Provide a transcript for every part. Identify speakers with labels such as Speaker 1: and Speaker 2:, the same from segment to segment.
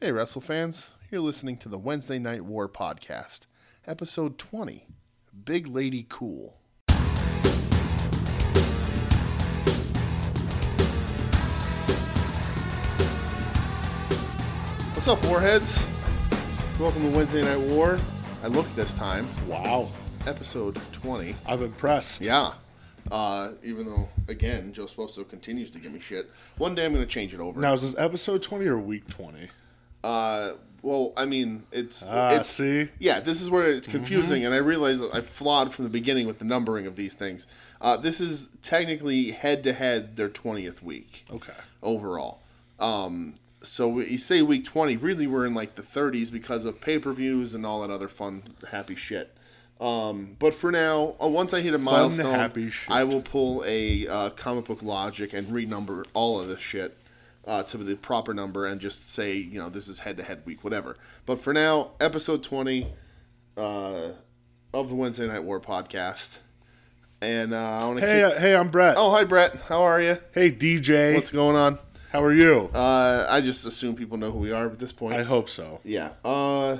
Speaker 1: Hey, Wrestle fans, you're listening to the Wednesday Night War Podcast, episode 20 Big Lady Cool. What's up, Warheads? Welcome to Wednesday Night War. I looked this time,
Speaker 2: Wow.
Speaker 1: episode 20.
Speaker 2: I'm impressed.
Speaker 1: Yeah. Uh, even though, again, Joe Sposto continues to give me shit. One day I'm going to change it over.
Speaker 2: Now, is this episode 20 or week 20?
Speaker 1: Uh, well, I mean, it's
Speaker 2: Ah,
Speaker 1: it's
Speaker 2: see? Mm-hmm.
Speaker 1: yeah. This is where it's confusing, and I realize that I flawed from the beginning with the numbering of these things. Uh, this is technically head to head their twentieth week
Speaker 2: Okay.
Speaker 1: overall. Um, so we- you say week twenty, really we're in like the thirties because of pay per views and all that other fun happy shit. Um, but for now, uh, once I hit a milestone,
Speaker 2: happy shit.
Speaker 1: I will pull a uh, comic book logic and renumber all of this shit uh, to the proper number and just say, you know, this is head to head week, whatever. But for now, episode 20 uh, of the Wednesday Night War podcast. And uh, I want to
Speaker 2: Hey, uh, hey, I'm Brett.
Speaker 1: Oh, hi, Brett. How are you?
Speaker 2: Hey, DJ.
Speaker 1: What's going on?
Speaker 2: How are you?
Speaker 1: Uh, I just assume people know who we are at this point.
Speaker 2: I hope so.
Speaker 1: yeah. Uh,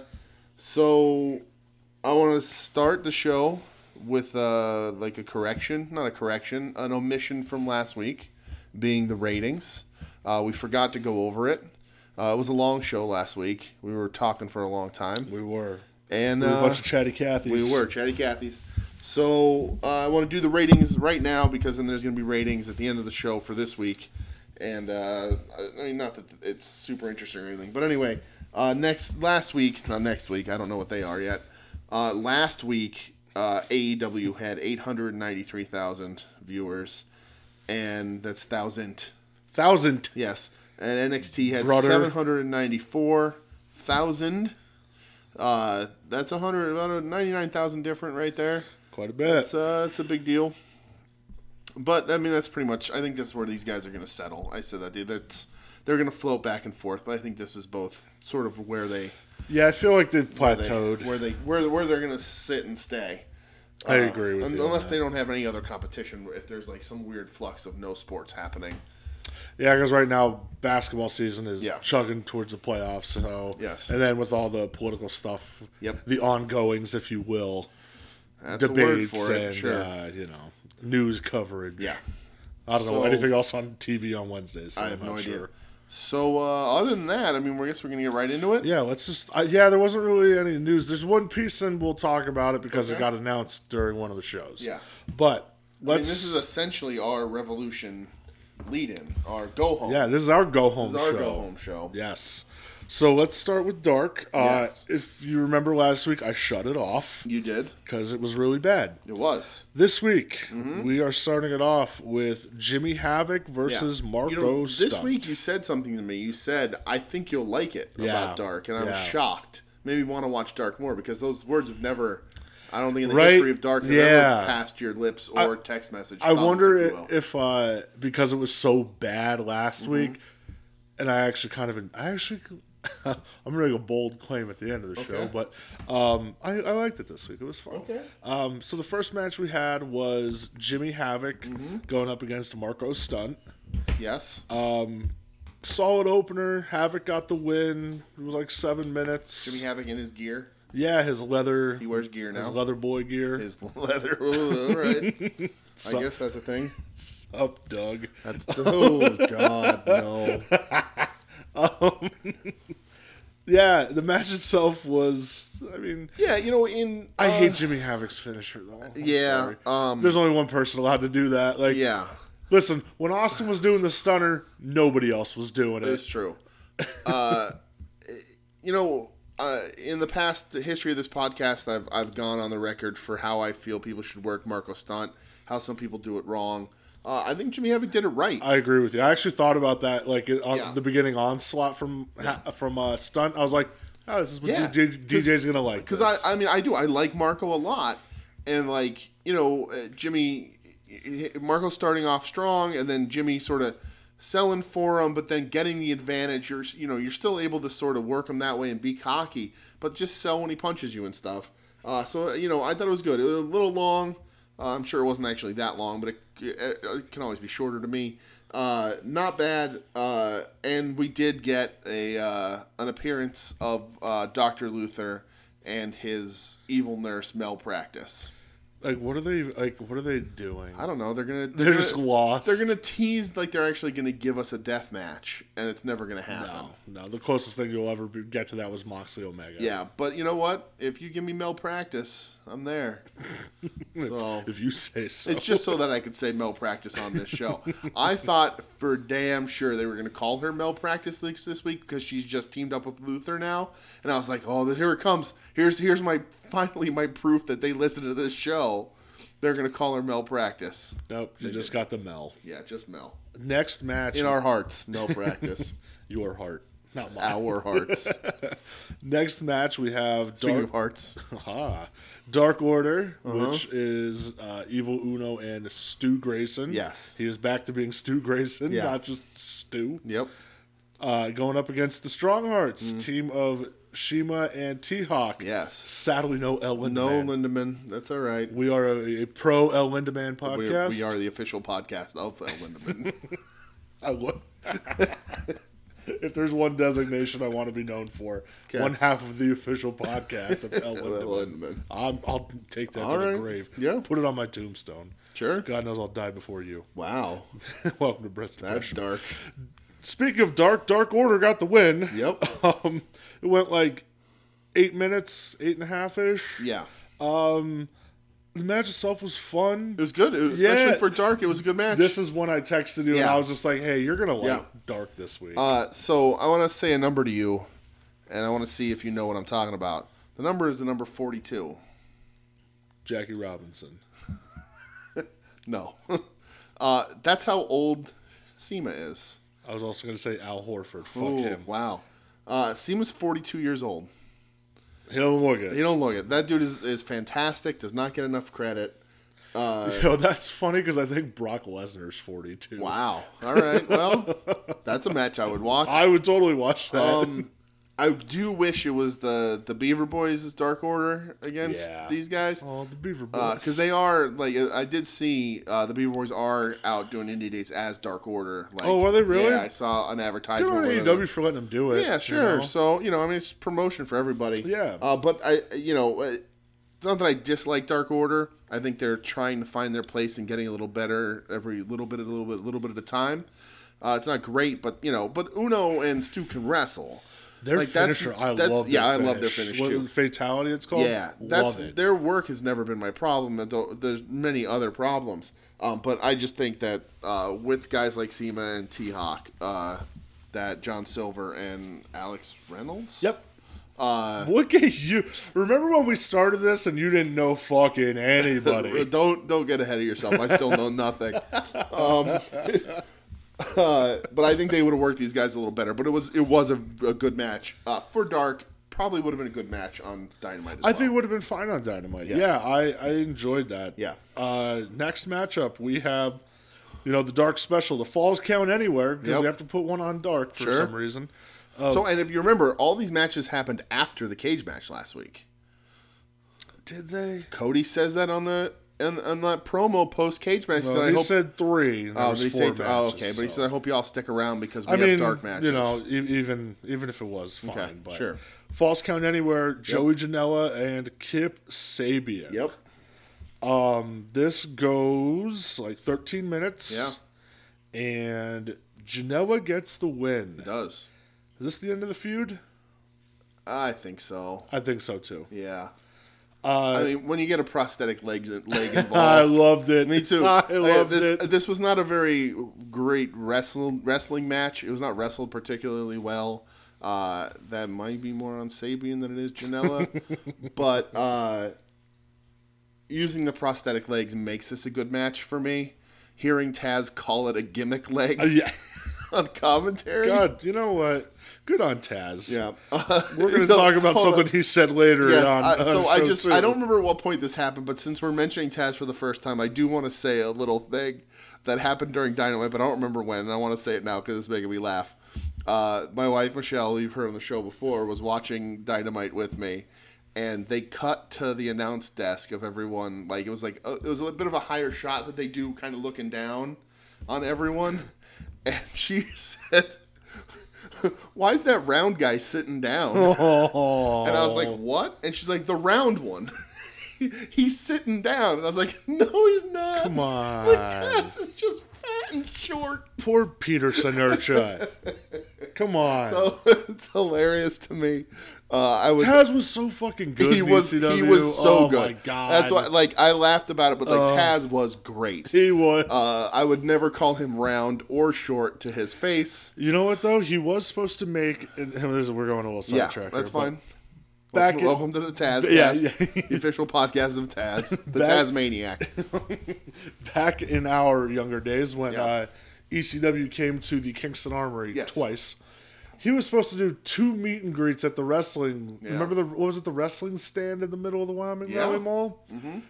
Speaker 1: so I want to start the show with uh, like a correction, not a correction, an omission from last week, being the ratings. Uh, we forgot to go over it. Uh, it was a long show last week. We were talking for a long time,
Speaker 2: We were.
Speaker 1: and
Speaker 2: We were a
Speaker 1: uh,
Speaker 2: bunch of chatty Cathys.
Speaker 1: we were Chatty Cathy's. So uh, I want to do the ratings right now because then there's going to be ratings at the end of the show for this week, and uh, I- I mean not that it's super interesting or anything, but anyway, uh, next last week, not next week, I don't know what they are yet. Uh, last week, uh, AEW had 893,000 viewers, and that's thousand.
Speaker 2: Thousand.
Speaker 1: Yes. And NXT had
Speaker 2: Brother.
Speaker 1: 794,000. Uh, that's 100, about 99,000 different right there.
Speaker 2: Quite a bit.
Speaker 1: It's, uh, it's a big deal. But, I mean, that's pretty much, I think that's where these guys are going to settle. I said that, dude. That's, they're going to float back and forth, but I think this is both sort of where they,
Speaker 2: Yeah, I feel like they've
Speaker 1: they
Speaker 2: plateaued.
Speaker 1: where they where where they're going to sit and stay.
Speaker 2: I agree with
Speaker 1: Uh, Un-
Speaker 2: you. on
Speaker 1: Unless
Speaker 2: that.
Speaker 1: they don't have any other competition, if there's like some weird flux of no sports happening.
Speaker 2: Yeah, because right now basketball season is
Speaker 1: Yeah.
Speaker 2: chugging towards the playoffs. So
Speaker 1: Yes.
Speaker 2: and then with all the political stuff,
Speaker 1: Yep.
Speaker 2: the ongoings, if you will,
Speaker 1: That's a word
Speaker 2: debates
Speaker 1: for
Speaker 2: and
Speaker 1: it, sure.
Speaker 2: uh, you know news coverage.
Speaker 1: yeah.
Speaker 2: I don't know
Speaker 1: So-
Speaker 2: anything else on TV on Wednesdays. So
Speaker 1: I
Speaker 2: I
Speaker 1: have
Speaker 2: am
Speaker 1: no
Speaker 2: not
Speaker 1: idea.
Speaker 2: Sure.
Speaker 1: So uh, other than that, I mean, I guess we're gonna get right into it.
Speaker 2: Yeah, let's just. I, yeah, there wasn't really any news. There's one piece, and we'll talk about it because
Speaker 1: Okay.
Speaker 2: it got announced during one of the shows.
Speaker 1: Yeah.
Speaker 2: but
Speaker 1: I mean,
Speaker 2: let's.
Speaker 1: this is essentially our revolution lead-in, our go home.
Speaker 2: yeah, this is our go home
Speaker 1: this is our
Speaker 2: show.
Speaker 1: go home show.
Speaker 2: Yes. So let's start with Dark. Uh,
Speaker 1: Yes.
Speaker 2: If you remember last week, I shut it off
Speaker 1: You did.
Speaker 2: because it was really bad.
Speaker 1: It was
Speaker 2: This week,
Speaker 1: Mm-hmm.
Speaker 2: we are starting it off with Jimmy Havoc versus
Speaker 1: Yeah.
Speaker 2: Marco
Speaker 1: You know, this
Speaker 2: Stunt.
Speaker 1: week you said something to me. You said I think you'll like it
Speaker 2: Yeah.
Speaker 1: about Dark, and I was
Speaker 2: Yeah.
Speaker 1: shocked. Maybe want to watch Dark more because those words have never. I don't think in the
Speaker 2: Right?
Speaker 1: history of Dark have
Speaker 2: Yeah.
Speaker 1: ever passed your lips or text message.
Speaker 2: I
Speaker 1: thumbs,
Speaker 2: wonder
Speaker 1: if you
Speaker 2: if,
Speaker 1: will. Mm-hmm.
Speaker 2: if uh, because it was so bad last week, and I actually kind of, I actually, I'm gonna make a bold claim at the end of the show,
Speaker 1: Okay.
Speaker 2: but um, I, I liked it this week. It was fun.
Speaker 1: Okay.
Speaker 2: Um, so the first match we had was Jimmy Havoc
Speaker 1: Mm-hmm.
Speaker 2: going up against Marco Stunt.
Speaker 1: yes.
Speaker 2: Uh, Solid opener. Havoc got the win. It was like seven minutes.
Speaker 1: Jimmy Havoc in his gear.
Speaker 2: yeah, his leather.
Speaker 1: He wears gear now.
Speaker 2: his leather boy gear.
Speaker 1: His leather. Ooh, all right. I guess that's a thing.
Speaker 2: up, Doug.
Speaker 1: That's oh god no. Um,
Speaker 2: Yeah, the match itself was. I mean,
Speaker 1: Yeah, you know in
Speaker 2: I
Speaker 1: uh,
Speaker 2: hate Jimmy Havoc's finisher though. I'm
Speaker 1: Yeah,
Speaker 2: sorry.
Speaker 1: um,
Speaker 2: there's only one person allowed to do that. Like,
Speaker 1: yeah,
Speaker 2: listen, when Austin was doing the stunner, nobody else was doing
Speaker 1: it's
Speaker 2: it.
Speaker 1: true. Uh, you know, uh, in the past the history of this podcast, I've I've gone on the record for how I feel people should work Marco Stunt, how some people do it wrong. Uh, I think Jimmy Havoc did it right.
Speaker 2: I agree with you. I actually thought about that, like on
Speaker 1: Yeah.
Speaker 2: the beginning onslaught from ha from uh, stunt. I was like, oh, this is what
Speaker 1: Yeah,
Speaker 2: DJ,
Speaker 1: 'cause-
Speaker 2: DJ's gonna like.
Speaker 1: because I, I mean I do I like Marco a lot, and like you know uh, Jimmy, Marco starting off strong, and then Jimmy sort of selling for him, but then getting the advantage. You're you know you're still able to sort of work him that way and be cocky, but just sell when he punches you and stuff. Uh, so you know I thought it was good. It was a little long. Uh, I'm sure it wasn't actually that long, but it, it, it can always be shorter to me. Uh, not bad. Uh, and we did get a uh, an appearance of uh, Doctor Luther and his evil nurse malpractice.
Speaker 2: Like what are they like what are they doing?
Speaker 1: I don't know. They're gonna
Speaker 2: They're just
Speaker 1: gonna-
Speaker 2: lost.
Speaker 1: They're gonna tease like they're actually gonna give us a death match, and it's never gonna happen.
Speaker 2: No, no. The closest thing you'll ever be, get to that was Moxley Omega.
Speaker 1: Yeah, but you know what? If you give me malpractice, I'm there. so
Speaker 2: If you say so.
Speaker 1: it's just so that I could say malpractice on this show. I thought for damn sure they were going to call her malpractice this this week because she's just teamed up with Luther now, and I was like, oh, this, here it comes. Here's here's my finally my proof that they listened to this show. They're going to call her malpractice.
Speaker 2: nope. You just got the Mel.
Speaker 1: Yeah, just Mel
Speaker 2: Next match.
Speaker 1: in our hearts, malpractice.
Speaker 2: your heart, not mine.
Speaker 1: our hearts.
Speaker 2: Next match we have
Speaker 1: Speaking
Speaker 2: Dark
Speaker 1: of Uh-huh. hearts,
Speaker 2: Aha. Dark Order, which is uh, Evil Uno and Stu Grayson.
Speaker 1: Yes.
Speaker 2: He is back to being Stu Grayson,
Speaker 1: Yeah.
Speaker 2: not just Stu.
Speaker 1: yep.
Speaker 2: Uh, going up against the Strong Hearts, team of Shima and T Hawk.
Speaker 1: Mm-hmm. Yes.
Speaker 2: Sadly, no El Lindemann.
Speaker 1: No Lindemann, that's all right.
Speaker 2: We are a, a pro El Lindemann
Speaker 1: We are,
Speaker 2: podcast.
Speaker 1: we are the official podcast of El Lindemann.
Speaker 2: I would. if there's one designation I want to be known for,
Speaker 1: Okay.
Speaker 2: one half of the official podcast of El
Speaker 1: El
Speaker 2: Lindemann.
Speaker 1: Lindemann.
Speaker 2: I'm, I'll take that
Speaker 1: All
Speaker 2: to the
Speaker 1: right.
Speaker 2: grave.
Speaker 1: Yeah.
Speaker 2: Put it on my tombstone.
Speaker 1: Sure.
Speaker 2: God knows I'll die before you.
Speaker 1: Wow,
Speaker 2: Welcome to Brett's
Speaker 1: that's
Speaker 2: Depression.
Speaker 1: dark.
Speaker 2: Speaking of dark, Dark Order got the win.
Speaker 1: Yep.
Speaker 2: Um, it went like eight minutes, eight and a half ish.
Speaker 1: Yeah,
Speaker 2: The match itself was fun.
Speaker 1: it was good. It was,
Speaker 2: Yeah.
Speaker 1: Especially for dark, it was a good match.
Speaker 2: This is when I texted you and
Speaker 1: Yeah.
Speaker 2: I was just like, hey, you're going to like
Speaker 1: Yeah.
Speaker 2: dark this week.
Speaker 1: uh, so I want to say a number to you, and I want to see if you know what I'm talking about. The number is the number 42.
Speaker 2: Jackie Robinson.
Speaker 1: No, uh, that's how old Sema is.
Speaker 2: I was also going to say Al Horford. Fuck
Speaker 1: Ooh,
Speaker 2: him.
Speaker 1: Wow, uh, Sema's 42 years old.
Speaker 2: He don't look
Speaker 1: You
Speaker 2: good.
Speaker 1: don't look it. That dude is, is fantastic. Does not get enough credit.
Speaker 2: Yo, that's funny because I think Brock Lesnar's 42.
Speaker 1: Wow. All right. Well, that's a match I would watch.
Speaker 2: I would totally watch that.
Speaker 1: Um, I do wish it was the the Beaver Boys' Dark Order against
Speaker 2: Yeah.
Speaker 1: these guys
Speaker 2: oh, the Beaver Boys.
Speaker 1: because uh, they are like I did see uh, the Beaver Boys are out doing indie dates as Dark Order. Like,
Speaker 2: Oh, are they really?
Speaker 1: Yeah, I saw an
Speaker 2: Good
Speaker 1: advertisement.
Speaker 2: on E
Speaker 1: where they're
Speaker 2: AEW
Speaker 1: like-
Speaker 2: for letting them do it.
Speaker 1: yeah,
Speaker 2: you
Speaker 1: sure.
Speaker 2: know?
Speaker 1: So you know, I mean, it's promotion for everybody.
Speaker 2: Yeah.
Speaker 1: Uh, but I, you know, uh, it's not that I dislike Dark Order. I think they're trying to find their place and getting a little better every little bit, a little bit, a little bit at a time. Uh, it's not great, but you know, but Uno and Stu can wrestle.
Speaker 2: Their
Speaker 1: Like, that's-
Speaker 2: finisher, I
Speaker 1: that's-
Speaker 2: love. Their
Speaker 1: yeah, I
Speaker 2: finish.
Speaker 1: love their finish,
Speaker 2: What-
Speaker 1: too.
Speaker 2: Fatality, it's called.
Speaker 1: Yeah, that's
Speaker 2: love it.
Speaker 1: their work has never been my problem. Though there's many other problems, um, but I just think that uh, with guys like Sema and T Hawk, uh, that John Silver and Alex Reynolds. uh,
Speaker 2: Yep. Look at you! Remember when we started this and you didn't know fucking anybody?
Speaker 1: Don't don't get ahead of yourself. I still know nothing. Um, uh, but I think they would have worked these guys a little better. But it was it was a, a good match uh, for Dark. Probably would have been a good match on Dynamite. As
Speaker 2: I
Speaker 1: well.
Speaker 2: think it would have been fine on Dynamite. Yeah, I, I enjoyed that.
Speaker 1: Yeah.
Speaker 2: Uh, next matchup we have, you know, the Dark Special. The falls count anywhere because
Speaker 1: Yep.
Speaker 2: we have to put one on Dark for
Speaker 1: Sure.
Speaker 2: some reason. Oh.
Speaker 1: so. And if you remember, all these matches happened after the cage match last week.
Speaker 2: Did they?
Speaker 1: Cody says that on the on, on that promo post cage match.
Speaker 2: Well,
Speaker 1: that I
Speaker 2: he
Speaker 1: hope.
Speaker 2: said three. and there
Speaker 1: oh,
Speaker 2: was
Speaker 1: did he
Speaker 2: four
Speaker 1: say? th- oh,
Speaker 2: matches,
Speaker 1: okay. But he
Speaker 2: so.
Speaker 1: said, "I hope you all stick around because we
Speaker 2: I
Speaker 1: have
Speaker 2: mean,
Speaker 1: dark matches."
Speaker 2: you know, e- even even if it was fine,
Speaker 1: Okay,
Speaker 2: but
Speaker 1: sure.
Speaker 2: False Count Anywhere, Joey Janela and Kip Sabian. Um,
Speaker 1: Yep.
Speaker 2: This goes like 13 minutes.
Speaker 1: Yeah.
Speaker 2: And Janela gets the win.
Speaker 1: It does.
Speaker 2: Is this the end of the feud?
Speaker 1: I think so.
Speaker 2: I think so too.
Speaker 1: Yeah. I mean, when you get a prosthetic leg leg involved,
Speaker 2: Uh, I loved it.
Speaker 1: me too.
Speaker 2: I
Speaker 1: Like,
Speaker 2: loved
Speaker 1: this, uh,
Speaker 2: it.
Speaker 1: This was not a very great wrestle, wrestling match. It was not wrestled particularly well. Uh, that might be more on Sabian than it is Janela, but uh, using the prosthetic legs makes this a good match for me. Hearing Taz call it a gimmick leg
Speaker 2: Uh, Yeah.
Speaker 1: on commentary,
Speaker 2: God, you know what? Good on Taz.
Speaker 1: yeah,
Speaker 2: We're going to
Speaker 1: No,
Speaker 2: talk about
Speaker 1: hold on.
Speaker 2: something he said later
Speaker 1: Yes,
Speaker 2: on.
Speaker 1: I,
Speaker 2: on
Speaker 1: so I
Speaker 2: show
Speaker 1: just
Speaker 2: two.
Speaker 1: I don't remember at what point this happened, but since we're mentioning Taz for the first time, I do want to say a little thing that happened during Dynamite, but I don't remember when, and I want to say it now because it's making me laugh. Uh, my wife Michelle, you've heard on the show before, was watching Dynamite with me, and they cut to the announce desk of everyone. Like it was like uh, it was a bit of a higher shot that they do, kind of looking down on everyone. and she said, "Why is that round guy sitting down?"
Speaker 2: Oh.
Speaker 1: And I was like, "What?" And she's like, "The round one." He- He's sitting down, and I was like, "No, he's not."
Speaker 2: Come on.
Speaker 1: like Tess is just fat and short.
Speaker 2: Poor Peter Sinurcha. Come on.
Speaker 1: So it's hilarious to me. Uh, I was
Speaker 2: Taz was so fucking good.
Speaker 1: he
Speaker 2: in
Speaker 1: was
Speaker 2: ECW.
Speaker 1: he was so
Speaker 2: oh
Speaker 1: good.
Speaker 2: My God. Oh.
Speaker 1: That's why like I laughed about it, but like Taz was great.
Speaker 2: he was.
Speaker 1: Uh, I would never call him round or short to his face.
Speaker 2: you know what though? He was supposed to make. And and this is- we're going a little
Speaker 1: Yeah,
Speaker 2: sidetrack.
Speaker 1: that's
Speaker 2: here, but
Speaker 1: fine.
Speaker 2: Back
Speaker 1: welcome,
Speaker 2: in-
Speaker 1: welcome to the Taz.
Speaker 2: Yeah,
Speaker 1: Cast,
Speaker 2: yeah.
Speaker 1: the official podcast of Taz, the
Speaker 2: Back-
Speaker 1: Tasmaniac.
Speaker 2: back in our younger days when
Speaker 1: Yeah.
Speaker 2: uh, ECW came to the Kingston Armory
Speaker 1: Yes.
Speaker 2: twice. He was supposed to do two meet and greets at the wrestling.
Speaker 1: Yeah.
Speaker 2: Remember the what was it the wrestling stand in the middle of the Wyoming
Speaker 1: Yeah. Mm-hmm.
Speaker 2: Rally Mall?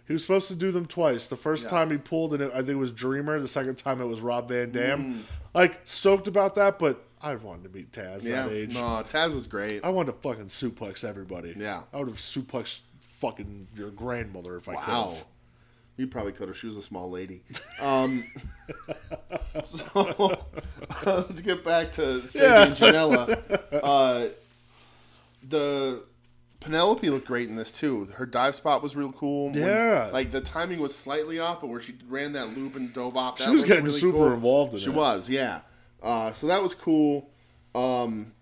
Speaker 2: He was supposed to do them twice. The first
Speaker 1: Yeah.
Speaker 2: time he pulled, and it, I think it was Dreamer. The second time it was Rob Van Dam.
Speaker 1: Mm.
Speaker 2: Like stoked about that, but I wanted to meet Taz
Speaker 1: Yeah,
Speaker 2: that age.
Speaker 1: no, Taz was great.
Speaker 2: I wanted to fucking suplex everybody.
Speaker 1: Yeah.
Speaker 2: I would have suplexed fucking your grandmother if I could.
Speaker 1: Wow.
Speaker 2: have.
Speaker 1: You probably could have. She was a small lady. Um, so uh, let's get back to Sadie and Janela. Uh, the Penelope looked great in this too. Her dive spot was real cool. When-
Speaker 2: Yeah.
Speaker 1: like the timing was slightly off, but where she ran that loop and dove off, that
Speaker 2: was
Speaker 1: looked
Speaker 2: getting super involved in
Speaker 1: she
Speaker 2: it.
Speaker 1: was, yeah. Uh, so that was cool. Um,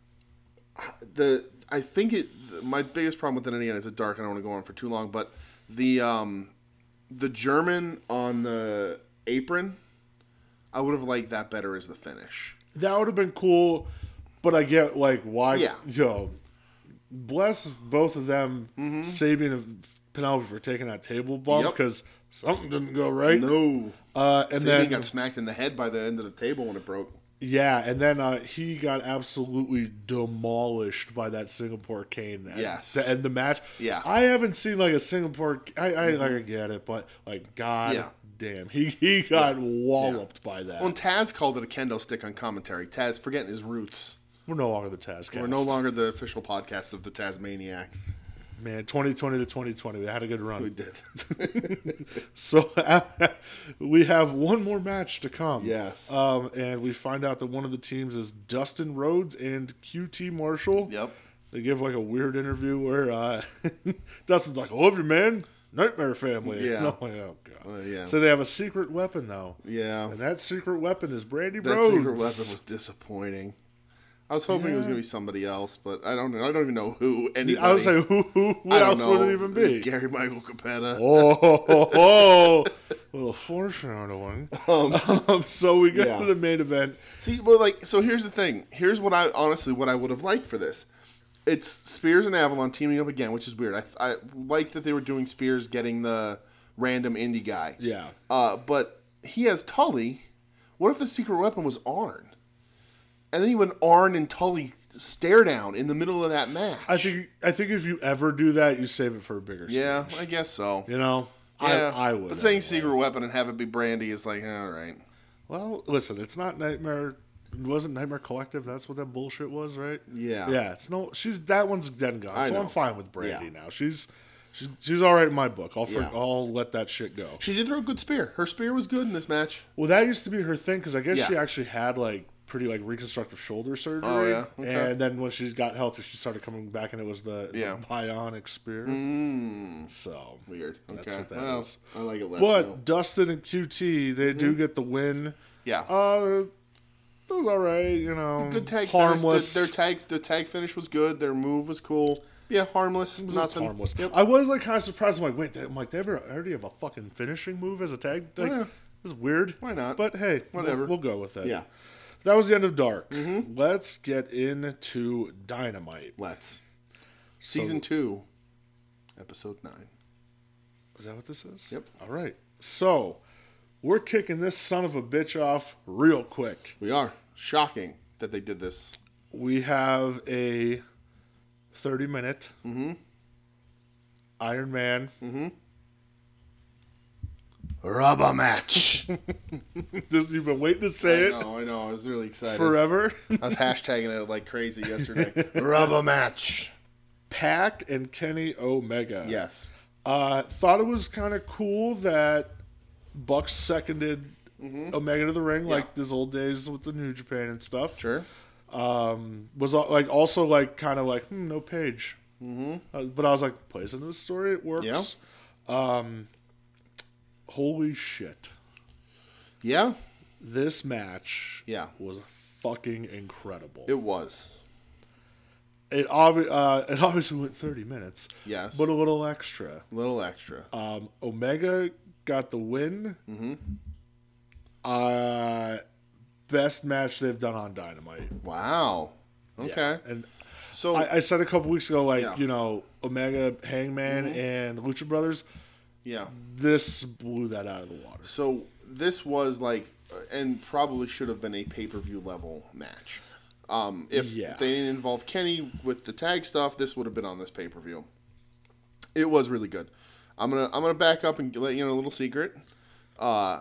Speaker 1: the I think it. My biggest problem with it again is it's dark. and I don't want to go on for too long, but the um, the German on the apron, I would have liked that better as the finish.
Speaker 2: That would have been cool, but I get like why.
Speaker 1: Yeah.
Speaker 2: Yo, bless both of them, Sabian and Penelope for taking that table bump
Speaker 1: Mm-hmm. Yep.
Speaker 2: because something didn't go right.
Speaker 1: No,
Speaker 2: Uh, and
Speaker 1: Sabian
Speaker 2: then
Speaker 1: got smacked in the head by the end of the table when it broke.
Speaker 2: yeah, and then uh, he got absolutely demolished by that Singapore cane. At,
Speaker 1: Yes.
Speaker 2: to end the match.
Speaker 1: Yeah. Mm-hmm.
Speaker 2: I haven't seen like a Singapore. I I, like, I get it, but like God
Speaker 1: Yeah.
Speaker 2: damn, he he got walloped by that.
Speaker 1: Well, and Taz called it a kendo stick on commentary. Taz forgetting his roots.
Speaker 2: We're no longer the Taz.
Speaker 1: We're no longer the official podcast of the Tasmaniac.
Speaker 2: man. Twenty twenty to twenty twenty, we had a good run.
Speaker 1: We did.
Speaker 2: So we have one more match to come.
Speaker 1: Yes.
Speaker 2: Um, and we find out that one of the teams is Dustin Rhodes and QT Marshall.
Speaker 1: Yep.
Speaker 2: They give like a weird interview where uh, Dustin's like, "I love you, man. Nightmare family."
Speaker 1: Yeah.
Speaker 2: And I'm like, oh god.
Speaker 1: Uh, yeah.
Speaker 2: So they have a secret weapon though.
Speaker 1: yeah.
Speaker 2: And that secret weapon is Brandy
Speaker 1: That
Speaker 2: Rhodes.
Speaker 1: secret weapon was disappointing. I was hoping it was
Speaker 2: Yeah.
Speaker 1: going to be somebody else, but I don't know. I don't even know who. Anybody.
Speaker 2: I was like, who, who, who
Speaker 1: I don't
Speaker 2: else would
Speaker 1: know.
Speaker 2: it even be?
Speaker 1: Gary Michael Capetta.
Speaker 2: Oh, ho, ho, ho. little foreshadowing. Um, so we go
Speaker 1: yeah.
Speaker 2: to the main event.
Speaker 1: See, well, like, so here's the thing. Here's what I honestly what I would have liked for this. It's Spears and Avalon teaming up again, which is weird. I, I like that they were doing Spears getting the random indie guy.
Speaker 2: Yeah.
Speaker 1: Uh, but he has Tully. What if the secret weapon was Arn? And then he went Arn and Tully stare down in the middle of that match.
Speaker 2: I think I think if you ever do that, you save it for a bigger.
Speaker 1: yeah,
Speaker 2: stage.
Speaker 1: I guess so.
Speaker 2: you know,
Speaker 1: Yeah,
Speaker 2: I, I would.
Speaker 1: But saying
Speaker 2: anyway.
Speaker 1: secret weapon and have it be Brandy is like, all right.
Speaker 2: Well, listen, it's not Nightmare. It wasn't Nightmare Collective. That's what that bullshit was, right?
Speaker 1: Yeah.
Speaker 2: yeah. It's no. She's that one's dead and gone.
Speaker 1: I
Speaker 2: so
Speaker 1: know.
Speaker 2: I'm fine with Brandy
Speaker 1: Yeah.
Speaker 2: now. She's she's she's all right in my book. I'll for,
Speaker 1: Yeah.
Speaker 2: I'll let that shit go.
Speaker 1: She did throw a good spear. Her spear was good in this match.
Speaker 2: Well, that used to be her thing because I guess
Speaker 1: Yeah.
Speaker 2: she actually had like pretty like reconstructive shoulder surgery.
Speaker 1: Oh, yeah? Okay.
Speaker 2: And then when she's got healthy, she started coming back, and it was the,
Speaker 1: Yeah. Mm.
Speaker 2: the bionic spear. So
Speaker 1: Weird. Okay.
Speaker 2: That's what that
Speaker 1: well,
Speaker 2: is.
Speaker 1: I like it less.
Speaker 2: But
Speaker 1: now.
Speaker 2: Dustin and QT, they
Speaker 1: Mm-hmm.
Speaker 2: do get the win.
Speaker 1: yeah.
Speaker 2: Uh, it was all right, you know.
Speaker 1: good tag
Speaker 2: harmless.
Speaker 1: finish. Their, their tag their tag finish was good. Their move was cool. Yeah, harmless.
Speaker 2: It was
Speaker 1: nothing.
Speaker 2: harmless. I was like kind of surprised. I'm like, wait, they, I'm like, they ever already have a fucking finishing move as a tag? Like,
Speaker 1: Oh, Yeah.
Speaker 2: This is weird.
Speaker 1: Why not?
Speaker 2: But hey, we'll-
Speaker 1: Whatever.
Speaker 2: We'll, go with it.
Speaker 1: Yeah. Mm-hmm.
Speaker 2: That was the end of Dark. Let's get into Dynamite.
Speaker 1: Let's. Season two, episode nine.
Speaker 2: Is that what this is?
Speaker 1: Yep.
Speaker 2: All right. So we're kicking this son of a bitch off real quick.
Speaker 1: We are shocking that they did this.
Speaker 2: We have a 30 minute
Speaker 1: Mm-hmm.
Speaker 2: Iron Man.
Speaker 1: Rubber match.
Speaker 2: This, you've been waiting to
Speaker 1: I
Speaker 2: say it
Speaker 1: know. I know. I was really excited.
Speaker 2: forever.
Speaker 1: I was hashtagging it like crazy yesterday. Rubber match.
Speaker 2: Pack and Kenny Omega.
Speaker 1: Yes.
Speaker 2: Uh, thought it was kind of cool that Bucks seconded
Speaker 1: Mm-hmm.
Speaker 2: Omega to the ring, like these old days with the New Japan and stuff.
Speaker 1: Sure.
Speaker 2: Um, was al- like also like kind of like hmm, no page, mm-hmm. uh, but I was like plays into the story. It works.
Speaker 1: Yeah.
Speaker 2: Um, holy shit!
Speaker 1: Yeah,
Speaker 2: This match,
Speaker 1: Yeah.
Speaker 2: was fucking incredible.
Speaker 1: it was.
Speaker 2: It obvi- uh, it obviously went thirty minutes.
Speaker 1: Yes.
Speaker 2: but a little extra.
Speaker 1: A little extra.
Speaker 2: Um, Omega got the win. Mm-hmm. Uh, best match they've done on Dynamite.
Speaker 1: Wow. Okay.
Speaker 2: Yeah. And
Speaker 1: So
Speaker 2: I, I said a couple weeks ago, like
Speaker 1: Yeah. Mm-hmm.
Speaker 2: you know, Omega, Hangman, and Lucha Brothers.
Speaker 1: yeah.
Speaker 2: This blew that out of the water.
Speaker 1: So this was like, uh, and probably should have been a pay per view level match. Um, if
Speaker 2: Yeah.
Speaker 1: they didn't involve Kenny with the tag stuff, this would have been on this pay per view. It was really good. I'm gonna I'm gonna back up and let you know a little secret. Uh,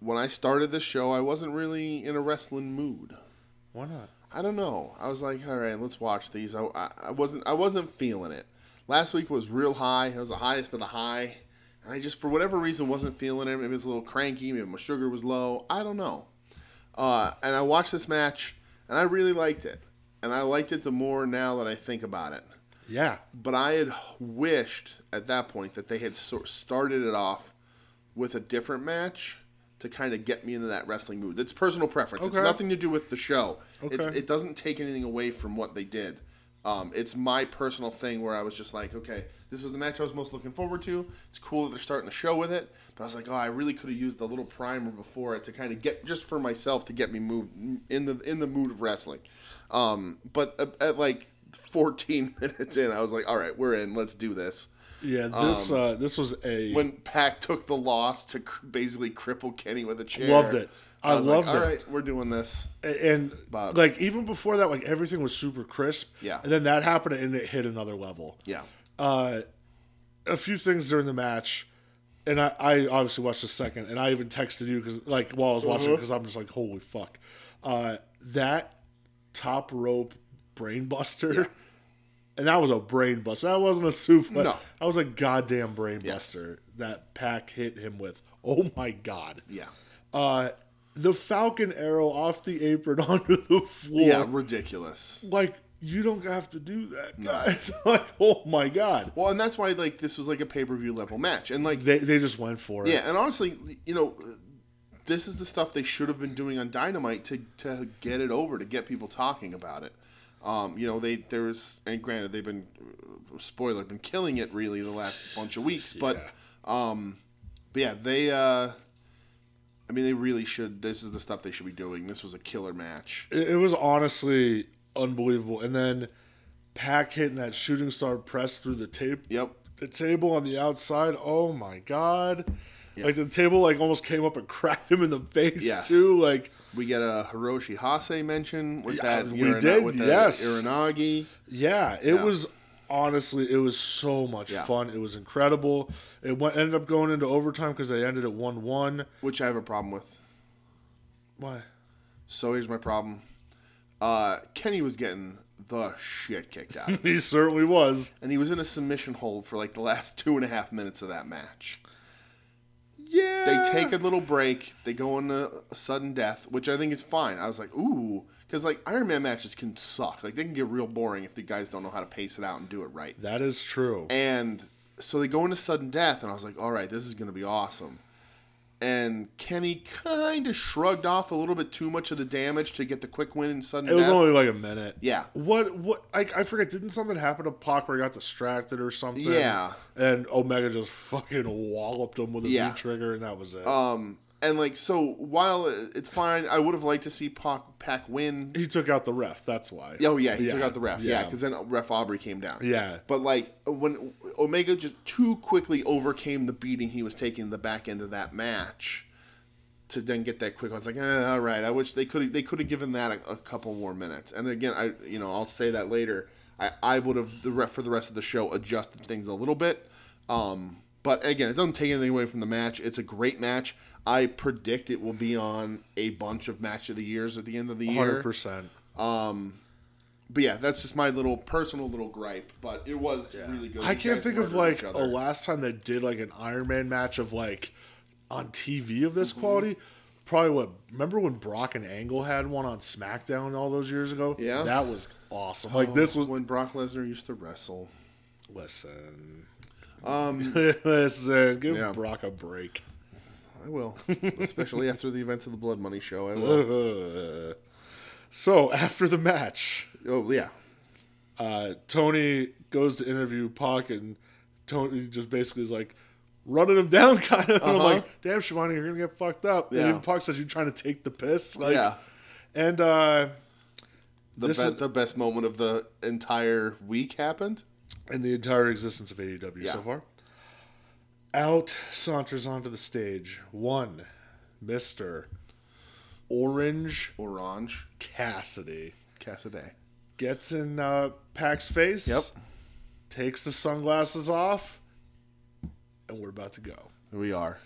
Speaker 1: when I started this show, I wasn't really in a wrestling mood.
Speaker 2: Why not?
Speaker 1: I don't know. I was like, all right, let's watch these. I, I, I wasn't I wasn't feeling it. Last week was real high. It was the highest of the high. And I just for whatever reason wasn't feeling it. Maybe it was a little cranky. Maybe my sugar was low. I don't know. Uh, and I watched this match, and I really liked it. And I liked it the more now that I think about it.
Speaker 2: Yeah,
Speaker 1: But I had wished at that point that they had sort started it off with a different match to kind of get me into that wrestling mood. It's personal preference. It's
Speaker 2: Okay.
Speaker 1: nothing to do with the show. It's,
Speaker 2: Okay.
Speaker 1: it doesn't take anything away from what they did. Um, it's my personal thing where I was just like, okay, this was the match I was most looking forward to. It's cool that they're starting the show with it, but I was like, oh, I really could have used the little primer before it to kind of get just for myself to get me moved in the in the mood of wrestling. Um, but at, at like 14 minutes in, I was like, all right, we're in. Let's do this.
Speaker 2: yeah. This
Speaker 1: Um,
Speaker 2: uh, this was a
Speaker 1: When Pac took the loss to cr- basically cripple Kenny with a chair,
Speaker 2: Loved it. I
Speaker 1: was
Speaker 2: loved
Speaker 1: All
Speaker 2: it.
Speaker 1: right, we're doing this.
Speaker 2: and
Speaker 1: Bob.
Speaker 2: like even before that, like everything was super crisp.
Speaker 1: Yeah.
Speaker 2: and then that happened, and it hit another level.
Speaker 1: Yeah,
Speaker 2: uh, a few things during the match, and I, I obviously watched the second, and I even texted you because like while I was watching
Speaker 1: Uh-huh.
Speaker 2: because I'm just like holy fuck, uh, that top rope brain buster, and that was a brain buster. That wasn't a suplex.
Speaker 1: No.
Speaker 2: that was a goddamn brain buster that Pack hit him with. Oh my god.
Speaker 1: yeah,
Speaker 2: Uh, the Falcon arrow off the apron onto the floor.
Speaker 1: yeah. Ridiculous.
Speaker 2: Like you don't have to do that, guys. like oh my god.
Speaker 1: Well, and that's why like this was like a pay per view level match, and like
Speaker 2: They, they just went for it.
Speaker 1: yeah, and honestly, you know, this is the stuff they should have been doing on Dynamite to to get it over to get people talking about it. Um, you know, they there was and granted they've been uh, spoiler been killing it really the last bunch of weeks, but um, but yeah, they. Uh, I mean, they really should. This is the stuff they should be doing. This was a killer match.
Speaker 2: It, it was honestly unbelievable. And then Pack hitting that shooting star press through the tape,
Speaker 1: Yep.
Speaker 2: the table on the outside. Oh my god! Like the table like almost came up and cracked him in the face
Speaker 1: Yes.
Speaker 2: too. Like
Speaker 1: We get a Hiroshi Hase mention with
Speaker 2: Yeah,
Speaker 1: that.
Speaker 2: we
Speaker 1: Urana-
Speaker 2: did,
Speaker 1: With the
Speaker 2: yes.
Speaker 1: Uranagi.
Speaker 2: yeah, it was honestly it was so much
Speaker 1: Yeah.
Speaker 2: fun. It was incredible. It went ended up going into overtime because they ended at one one.
Speaker 1: which I have a problem with.
Speaker 2: Why?
Speaker 1: So here's my problem. Uh, Kenny was getting the shit kicked out, of him.
Speaker 2: He certainly was.
Speaker 1: and he was in a submission hold for like the last two and a half minutes of that match.
Speaker 2: Yeah.
Speaker 1: They take a little break. They go into a sudden death, which I think is fine. I was like, ooh, because like Iron Man matches can suck. Like they can get real boring if the guys don't know how to pace it out and do it right.
Speaker 2: That is true.
Speaker 1: And so they go into sudden death, and I was like, all right, this is going to be awesome. And Kenny kind of shrugged off a little bit too much of the damage to get the quick win in sudden
Speaker 2: It was
Speaker 1: death.
Speaker 2: only like a minute.
Speaker 1: Yeah.
Speaker 2: What? What? I, I forget. Didn't something happen to Pac where he got distracted or something?
Speaker 1: Yeah.
Speaker 2: And Omega just fucking walloped him with a V
Speaker 1: Yeah.
Speaker 2: trigger, and that was it.
Speaker 1: Um, and like so, while it's fine, I would have liked to see Pac, Pac win.
Speaker 2: he took out the ref. That's why.
Speaker 1: Oh yeah, he
Speaker 2: Yeah.
Speaker 1: took out the ref. Yeah,
Speaker 2: Yeah.
Speaker 1: because then ref Aubrey came down.
Speaker 2: Yeah.
Speaker 1: but like when Omega just too quickly overcame the beating he was taking in the back end of that match to then get that quick. I was like, eh, all right. I wish they could they could have given that a, a couple more minutes. And again, I you know I'll say that later. I, I would have the ref for the rest of the show adjusted things a little bit. Um, but again, it doesn't take anything away from the match. It's a great match. I predict it will be on a bunch of match of the years at the end of the year
Speaker 2: Hundred percent.
Speaker 1: but yeah, that's just my little personal little gripe. But it was really good.
Speaker 2: I
Speaker 1: These
Speaker 2: can't
Speaker 1: guys
Speaker 2: think of
Speaker 1: murdered
Speaker 2: like
Speaker 1: each
Speaker 2: a
Speaker 1: other. Mm-hmm.
Speaker 2: last time they did like an Iron Man match of like on TV of this quality. probably what remember when Brock and Angle had one on SmackDown all those years ago?
Speaker 1: Yeah. Oh,
Speaker 2: that was awesome. Like this was
Speaker 1: Um, when Brock Lesnar used to wrestle.
Speaker 2: listen,
Speaker 1: Um,
Speaker 2: listen, give
Speaker 1: Yeah.
Speaker 2: Brock a break.
Speaker 1: I will, especially after the events of the Blood Money show. I will.
Speaker 2: so after the match,
Speaker 1: Oh yeah,
Speaker 2: uh, Tony goes to interview Pac, and Tony just basically is like running him down, kind of. And I'm like, damn, Shivani, you're gonna get fucked up.
Speaker 1: Uh-huh. Yeah.
Speaker 2: And even Pac says, "You trying to take the piss?" Like,
Speaker 1: Yeah.
Speaker 2: And uh,
Speaker 1: the
Speaker 2: This
Speaker 1: be-
Speaker 2: is-
Speaker 1: the best moment of the entire week happened.
Speaker 2: and the entire existence of AEW
Speaker 1: Yeah.
Speaker 2: so far. Out saunters onto the stage. One, Mister Orange
Speaker 1: Orange
Speaker 2: Cassidy.
Speaker 1: Cassidy.
Speaker 2: gets in uh, Pac's face.
Speaker 1: Yep.
Speaker 2: Takes the sunglasses off, and we're about to go.
Speaker 1: We are.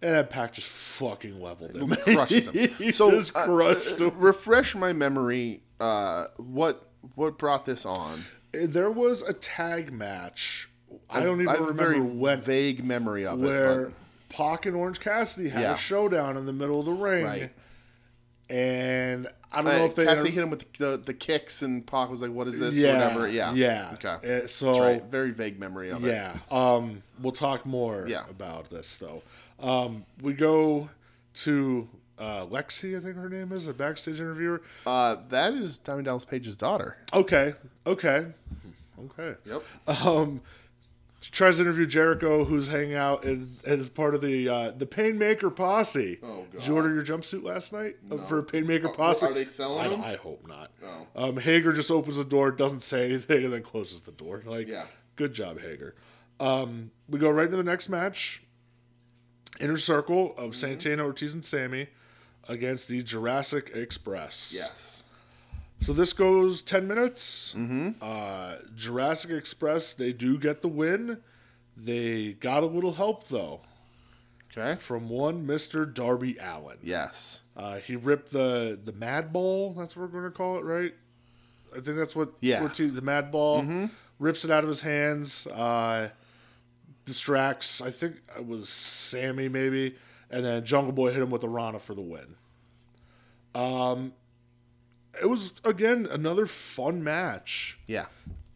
Speaker 2: And then Pac just fucking leveled him.
Speaker 1: crushes
Speaker 2: He
Speaker 1: him. So
Speaker 2: just
Speaker 1: uh,
Speaker 2: crushed him.
Speaker 1: refresh my memory. Uh, what what brought this on?
Speaker 2: There was a tag match. I don't even
Speaker 1: I have a
Speaker 2: remember
Speaker 1: very
Speaker 2: when.
Speaker 1: vague memory of
Speaker 2: where
Speaker 1: it.
Speaker 2: Pac and Orange Cassidy had
Speaker 1: Yeah.
Speaker 2: a showdown in the middle of the ring,
Speaker 1: Right.
Speaker 2: and I don't
Speaker 1: But,
Speaker 2: know
Speaker 1: uh,
Speaker 2: if they
Speaker 1: Cassidy hit him with the, the, the kicks, and Pac was like, "What is this?"
Speaker 2: Yeah,
Speaker 1: Whatever. Yeah.
Speaker 2: yeah.
Speaker 1: Okay.
Speaker 2: Uh, so-
Speaker 1: That's right. very vague memory of it.
Speaker 2: Yeah. Um, we'll talk more
Speaker 1: Yeah.
Speaker 2: about this though. Um, we go to uh, Lexi, I think her name is, a backstage interviewer.
Speaker 1: Uh, that is Diamond Dallas Page's daughter. Uh,
Speaker 2: Okay. Okay. Okay.
Speaker 1: Yep.
Speaker 2: Um, she tries to interview Jericho, who's hanging out in, as part of the uh, the Painmaker Posse.
Speaker 1: Oh, God.
Speaker 2: Did you order your jumpsuit last night uh, for Painmaker Posse?
Speaker 1: are they selling
Speaker 2: I,
Speaker 1: them?
Speaker 2: I hope not.
Speaker 1: Oh.
Speaker 2: Um, Hager just opens the door, doesn't say anything, and then closes the door. Like,
Speaker 1: Yeah.
Speaker 2: good job, Hager. Um, we go right into the next match. Inner circle
Speaker 1: Mm-hmm.
Speaker 2: of Santana, Ortiz, and Sammy against the Jurassic Express.
Speaker 1: Yes.
Speaker 2: So this goes 10 minutes. Mm-hmm. Uh, Jurassic Express, they do get the win. They got a little help, though,
Speaker 1: Okay.
Speaker 2: from one Mr. Darby Allen.
Speaker 1: Yes.
Speaker 2: Uh, he ripped the, the Mad Ball. That's what we're going to call it, right? I think that's what
Speaker 1: Yeah.
Speaker 2: we're to, the Mad Ball. Rips it out of his hands. Uh, distracts, I think it was Sammy, maybe. And then Jungle Boy hit him with a Rana for the win. Um, it was, again, another fun match
Speaker 1: Yeah.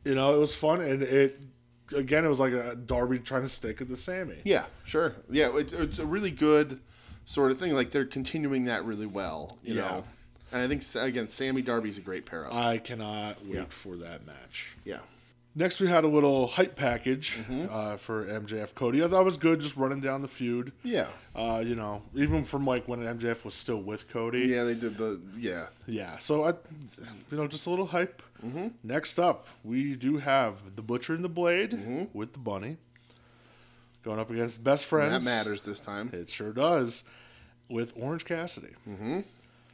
Speaker 2: you know, it was fun, and it again, it was like a Darby trying to stick at the Sammy.
Speaker 1: Yeah. Sure. Yeah. It's, it's a really good sort of thing. Like they're continuing that really well. You
Speaker 2: Yeah. Uh,
Speaker 1: know. And I think again, Sammy Darby's a great pair up.
Speaker 2: I cannot wait for that match.
Speaker 1: yeah.
Speaker 2: Next, we had a little hype package
Speaker 1: Mm-hmm.
Speaker 2: uh, for MJF Cody. I thought it was good, just running down the feud.
Speaker 1: Yeah.
Speaker 2: Uh, you know, even from like when MJF was still with Cody.
Speaker 1: Yeah. They did the yeah.
Speaker 2: Yeah, so I, you know, just a little hype. Mm-hmm. Next up, we do have the Butcher and the Blade with the Bunny going up against best
Speaker 1: Mm-hmm. That
Speaker 2: friends.
Speaker 1: matters this time.
Speaker 2: It sure does. With Orange Cassidy.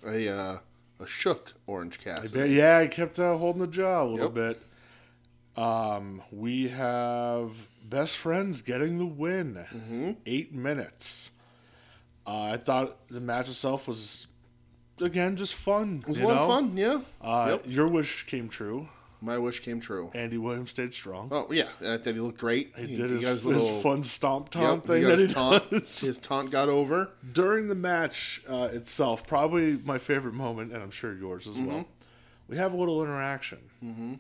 Speaker 1: A uh, a shook Orange Cassidy.
Speaker 2: Yeah, yeah, I kept uh, holding the jaw a little
Speaker 1: Yep.
Speaker 2: bit. Um, we have best friends getting the win.
Speaker 1: Mm-hmm.
Speaker 2: Eight minutes. Uh, I thought the match itself was again just fun.
Speaker 1: It was a lot of fun. Yeah.
Speaker 2: Uh,
Speaker 1: yep.
Speaker 2: Your wish came true.
Speaker 1: My wish came true.
Speaker 2: Andy Williams stayed strong.
Speaker 1: Oh yeah, I thought he looked great.
Speaker 2: he did his,
Speaker 1: got
Speaker 2: his fun stomp tom
Speaker 1: yep,
Speaker 2: thing
Speaker 1: he got
Speaker 2: that he
Speaker 1: his taunt.
Speaker 2: does.
Speaker 1: His taunt got over.
Speaker 2: during the match uh, itself, probably my favorite moment, and I'm sure yours as well.
Speaker 1: Mm-hmm.
Speaker 2: We have a little interaction. Mm-hmm.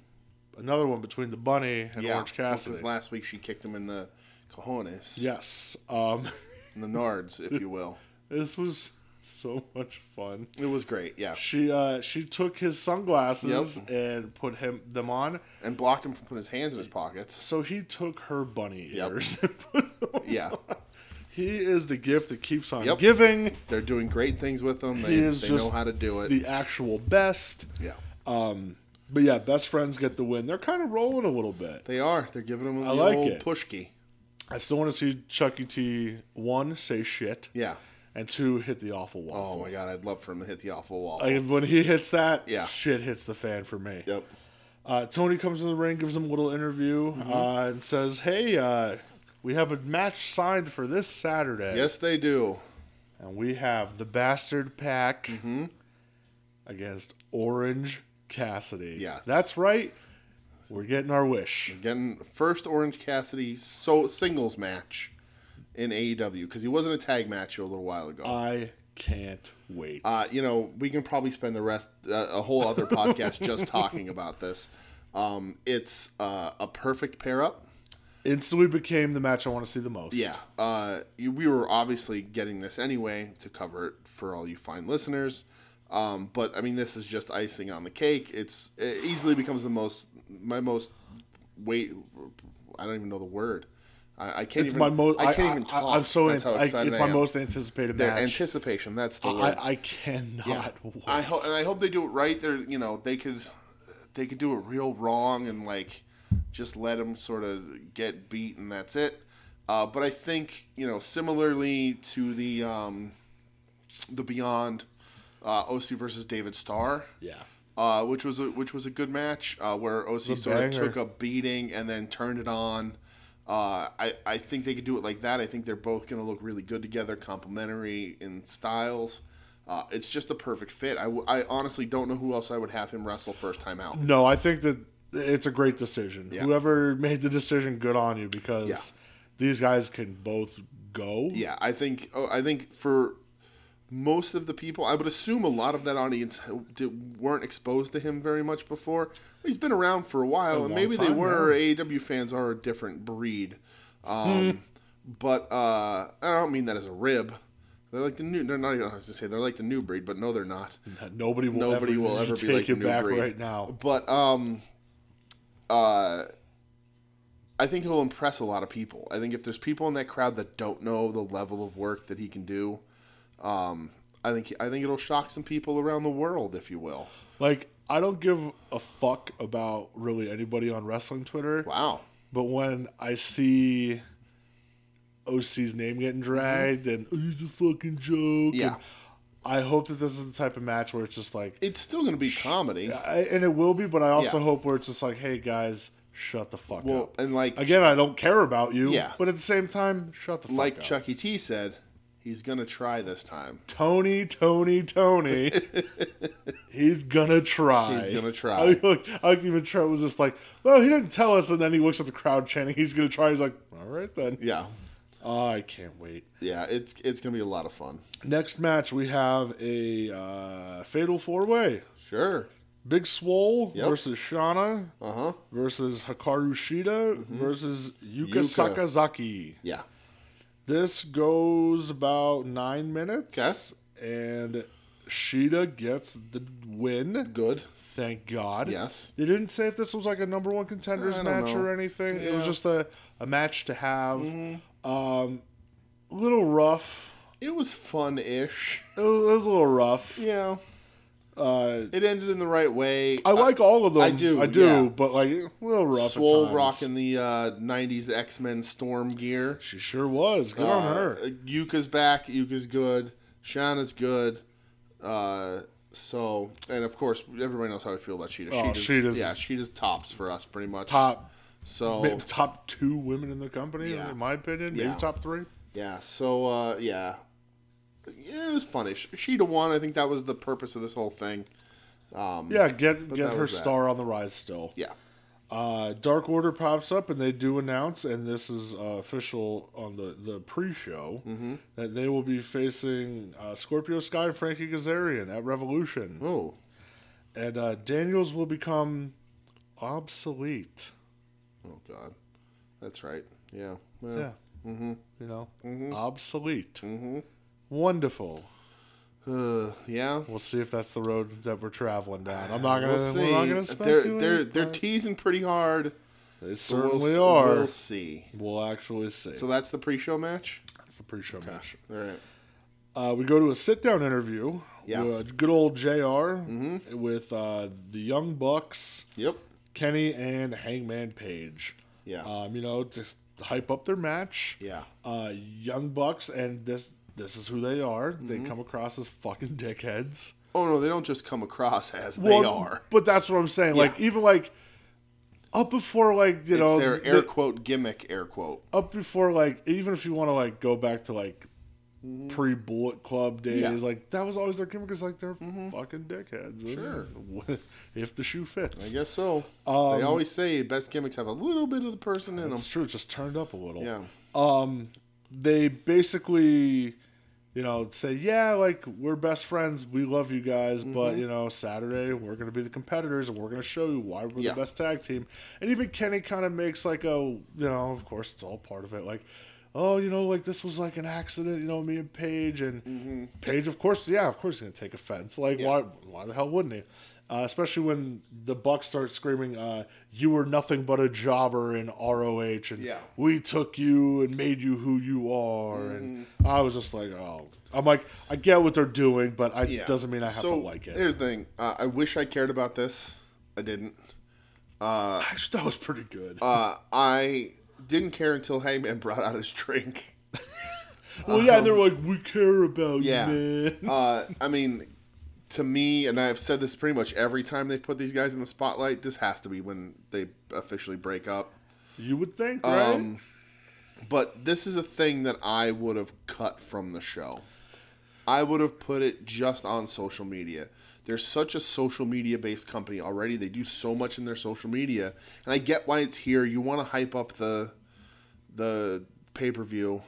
Speaker 2: Another one between the bunny and Orange
Speaker 1: well,
Speaker 2: Cassidy.
Speaker 1: last week she kicked him in the cojones,
Speaker 2: yes, um,
Speaker 1: in the nards, if you will.
Speaker 2: this was so much fun.
Speaker 1: It was great, yeah.
Speaker 2: She uh, she took his sunglasses and put him them on.
Speaker 1: And blocked him from putting his hands in his pockets.
Speaker 2: So he took her bunny
Speaker 1: Yep.
Speaker 2: ears. and put them on.
Speaker 1: Yeah,
Speaker 2: He is the gift that keeps on
Speaker 1: Yep.
Speaker 2: giving.
Speaker 1: they're doing great things with him. They,
Speaker 2: He is
Speaker 1: they
Speaker 2: just
Speaker 1: know how to do it.
Speaker 2: The actual best.
Speaker 1: yeah,
Speaker 2: But yeah, best friends get the win. They're kind of rolling a little bit.
Speaker 1: they are. They're giving him the
Speaker 2: like
Speaker 1: old
Speaker 2: it.
Speaker 1: pushki.
Speaker 2: I still want to see Chucky E. T one say shit,
Speaker 1: Yeah.
Speaker 2: and two hit the awful
Speaker 1: Oh
Speaker 2: waffle.
Speaker 1: my god, I'd love for him to hit the awful wall.
Speaker 2: Like when he hits that,
Speaker 1: Oh. Yeah.
Speaker 2: shit hits the fan for me.
Speaker 1: yep.
Speaker 2: Uh, Tony comes in the ring, gives him a little interview,
Speaker 1: Mm-hmm.
Speaker 2: uh, and says, "Hey, uh, we have a match signed for this Saturday,
Speaker 1: Yes, they do.
Speaker 2: and we have the Bastard Pack
Speaker 1: Mm-hmm.
Speaker 2: against Orange Cassidy.
Speaker 1: Yes.
Speaker 2: that's right. We're getting our wish.
Speaker 1: Getting first Orange Cassidy so singles E
Speaker 2: Uh,
Speaker 1: match in AEW because he wasn't a tag match a little while ago.
Speaker 2: I can't Wait.
Speaker 1: Uh, you know, we can probably spend the rest uh, a whole other podcast just talking about this. Um, it's uh, a perfect pair up.
Speaker 2: Instantly became the match I want to see the most.
Speaker 1: Yeah, uh, you, we were obviously getting this anyway to cover it for all you fine listeners. Um, but I mean, this is just icing on the cake. It's it easily becomes the most my most wait. I don't even know the word. I, I can't.
Speaker 2: It's
Speaker 1: even,
Speaker 2: my most.
Speaker 1: I can't even talk.
Speaker 2: I, am so.
Speaker 1: That's
Speaker 2: ant-
Speaker 1: how
Speaker 2: I-
Speaker 1: excited
Speaker 2: it's
Speaker 1: I
Speaker 2: my
Speaker 1: am.
Speaker 2: most anticipated
Speaker 1: Their
Speaker 2: match.
Speaker 1: anticipation. That's the word.
Speaker 2: I, I cannot wait.
Speaker 1: I hope, and I hope they do it right. They're, you know, they could, they could do it real wrong and like, just let them sort of get beat and that's it. Uh, but I think you know, similarly to the, um, the Beyond, uh, OC versus David Starr,
Speaker 2: yeah.
Speaker 1: uh, which was a, which was a good match uh, where OC sort of
Speaker 2: banger.
Speaker 1: took a beating and then turned it on. Uh, I, I think they could do it like that. I think they're both going to look really good together, complementary in styles. Uh, it's just a perfect fit. I, w- I honestly don't know who else I would have him wrestle first time out.
Speaker 2: No, I think that it's a great decision. Whoever made the decision, good on you because
Speaker 1: Yeah.
Speaker 2: these guys can both go.
Speaker 1: Yeah, I think oh, I think for most of the people, I would assume a lot of that audience did, weren't exposed to him very much before. He's been around for a while, and
Speaker 2: long
Speaker 1: maybe they
Speaker 2: time, Hmm.
Speaker 1: were. AEW fans are a different breed, um, but uh, I don't mean that as a rib. They're like the new. They're not even. I was to say they're like the new breed, but no, they're not.
Speaker 2: Nobody will
Speaker 1: Nobody
Speaker 2: ever,
Speaker 1: will ever be
Speaker 2: take
Speaker 1: like the
Speaker 2: it
Speaker 1: new
Speaker 2: back
Speaker 1: breed.
Speaker 2: right now.
Speaker 1: But um, uh, I think he'll impress a lot of people. I think if there's people in that crowd that don't know the level of work that he can do, um, I think I think it'll shock some people around the world, if you will.
Speaker 2: Like I don't give a fuck about really anybody on wrestling Twitter,
Speaker 1: Wow.
Speaker 2: but when I see OC's name getting dragged and "Oh, he's a fucking joke,
Speaker 1: Yeah.
Speaker 2: and I hope that this is the type of match where it's just like
Speaker 1: It's still going to be comedy.
Speaker 2: I, and it will be, but I also
Speaker 1: Yeah.
Speaker 2: hope where it's just like, hey guys, shut the fuck
Speaker 1: Well,
Speaker 2: up.
Speaker 1: and like
Speaker 2: Again, I don't care about you.
Speaker 1: Yeah.
Speaker 2: But at the same time, shut the fuck
Speaker 1: like
Speaker 2: up.
Speaker 1: Chuck E. T said, he's going to try this time.
Speaker 2: Tony, Tony, Tony. he's gonna try.
Speaker 1: He's gonna try.
Speaker 2: I mean, look, I like even Trent was just like, well, he didn't tell us, and then he looks at the crowd chanting, he's gonna try. He's like, all right then.
Speaker 1: Yeah.
Speaker 2: Oh, I can't wait.
Speaker 1: Yeah, it's it's going to be a lot of fun.
Speaker 2: Next match, we have a uh, fatal four way.
Speaker 1: Sure.
Speaker 2: Big Swole
Speaker 1: Yep.
Speaker 2: versus Shana
Speaker 1: Uh-huh.
Speaker 2: versus Hikaru Shida versus Yuka,
Speaker 1: Mm-hmm. Yuka.
Speaker 2: Sakazaki.
Speaker 1: Yeah.
Speaker 2: This goes about nine minutes. And Shida gets the win.
Speaker 1: Good.
Speaker 2: Thank God.
Speaker 1: Yes.
Speaker 2: They didn't say if this was like a number one contenders
Speaker 1: I don't
Speaker 2: match
Speaker 1: know.
Speaker 2: or anything. It was
Speaker 1: Yeah. Mm-hmm.
Speaker 2: just a, a match to have. Um, a little rough.
Speaker 1: It was fun-ish.
Speaker 2: It was, it was a little rough.
Speaker 1: Yeah.
Speaker 2: Uh,
Speaker 1: It ended in the right way.
Speaker 2: I like all of them.
Speaker 1: Uh, I do,
Speaker 2: I do.
Speaker 1: yeah.
Speaker 2: But like a little rough. at
Speaker 1: Swole
Speaker 2: times.
Speaker 1: rocking the uh, 90s X Men Storm gear.
Speaker 2: She sure was. Good on
Speaker 1: Uh,
Speaker 2: her.
Speaker 1: Yuka's back. Yuka's good. Shauna's good. Uh, so, and of course, everybody knows how I feel about Sheeta.
Speaker 2: Oh,
Speaker 1: Sheeta's-
Speaker 2: Sheeta's-
Speaker 1: yeah, Sheeta's tops for us pretty much.
Speaker 2: Top
Speaker 1: So,
Speaker 2: ma- top two women in the company,
Speaker 1: Yeah.
Speaker 2: in my opinion.
Speaker 1: Yeah.
Speaker 2: Maybe top three.
Speaker 1: yeah. So, uh, yeah. Yeah, it was funny. Sh- Sheeta won. I think that was the purpose of this whole thing.
Speaker 2: Yeah, get get
Speaker 1: Um, that
Speaker 2: her
Speaker 1: was that.
Speaker 2: star on the rise still.
Speaker 1: Yeah.
Speaker 2: Uh, Dark Order pops up and they do announce, and this is uh, official on the, the pre show,
Speaker 1: Mm-hmm.
Speaker 2: that they will be facing uh, Scorpio Sky and Frankie Kazarian at Revolution.
Speaker 1: Oh,
Speaker 2: And uh, Daniels will become obsolete.
Speaker 1: oh God. That's right. Yeah.
Speaker 2: Yeah.
Speaker 1: Well,
Speaker 2: Mm-hmm. You know, obsolete. Mm-hmm. Wonderful.
Speaker 1: Uh, yeah.
Speaker 2: We'll see if that's the road that we're traveling down. I'm not gonna.
Speaker 1: We'll see.
Speaker 2: We're not gonna
Speaker 1: they're
Speaker 2: speculate.
Speaker 1: they're they're teasing pretty hard. but
Speaker 2: they
Speaker 1: we'll
Speaker 2: certainly
Speaker 1: s-
Speaker 2: are.
Speaker 1: We'll see.
Speaker 2: We'll actually see.
Speaker 1: So that's the pre-show match.
Speaker 2: that's the pre-show match.
Speaker 1: All right.
Speaker 2: Uh, we go to a sit-down interview.
Speaker 1: Yeah. Mm-hmm.
Speaker 2: With uh, good old Jr. with uh, the Young Bucks,
Speaker 1: Yep.
Speaker 2: Kenny and Hangman Page.
Speaker 1: Yeah.
Speaker 2: Um, you know, to hype up their match.
Speaker 1: Yeah.
Speaker 2: Uh, Young Bucks and this this is who they are.
Speaker 1: Mm-hmm.
Speaker 2: They come across as fucking dickheads.
Speaker 1: Oh no, they don't just come across as they
Speaker 2: Well,
Speaker 1: are.
Speaker 2: But that's what I'm saying. Like even like up before like you
Speaker 1: It's
Speaker 2: know
Speaker 1: their
Speaker 2: the-
Speaker 1: air quote gimmick air quote.
Speaker 2: up before like even if you want to like go back to like pre Bullet Club days,
Speaker 1: Yeah. Mm-hmm.
Speaker 2: like that was always their gimmick. Is like they're fucking dickheads. and if the shoe
Speaker 1: I
Speaker 2: fits.
Speaker 1: guess so.
Speaker 2: Um,
Speaker 1: they always say best gimmicks have a little bit of the person in them.
Speaker 2: It's true. It just turned up a little.
Speaker 1: Yeah.
Speaker 2: Um, they Um, basically you know, say, yeah, like we're best friends, we love you guys, but you know, Saturday we're gonna be the competitors and we're gonna show you why we're
Speaker 1: Yeah.
Speaker 2: the best tag team. And even Kenny kind of makes like a, you know, of course it's all part of it, like. Oh, you know, like this was like an accident, you know, me and Paige and Paige, of course, yeah, of course he's gonna take offense. Like, why, why the hell wouldn't he? Uh, especially when the Bucks start screaming, uh, "You were nothing but a jobber in ROH," and
Speaker 1: Yeah.
Speaker 2: we took you and made you who you are and
Speaker 1: Mm-hmm.
Speaker 2: i was just like oh i'm like i get what they're doing but i doesn't mean i have
Speaker 1: So,
Speaker 2: to like it
Speaker 1: Here's the thing. Uh, I wish I cared about this. I didn't.
Speaker 2: actually that was pretty good
Speaker 1: Uh, I didn't care until Hangman brought out his drink.
Speaker 2: well yeah they're like we care about
Speaker 1: um, Yeah.
Speaker 2: you man
Speaker 1: Uh, I mean, to me, and I've said this pretty much every time they put these guys in the spotlight. This has to be when they officially break up.
Speaker 2: you would think right
Speaker 1: Um, But this is a thing that I would have cut from the show. I would have put it just on social media. They're such a social media based company already. They do so much in their social media, and I get why it's here. You want to hype up the the pay per view,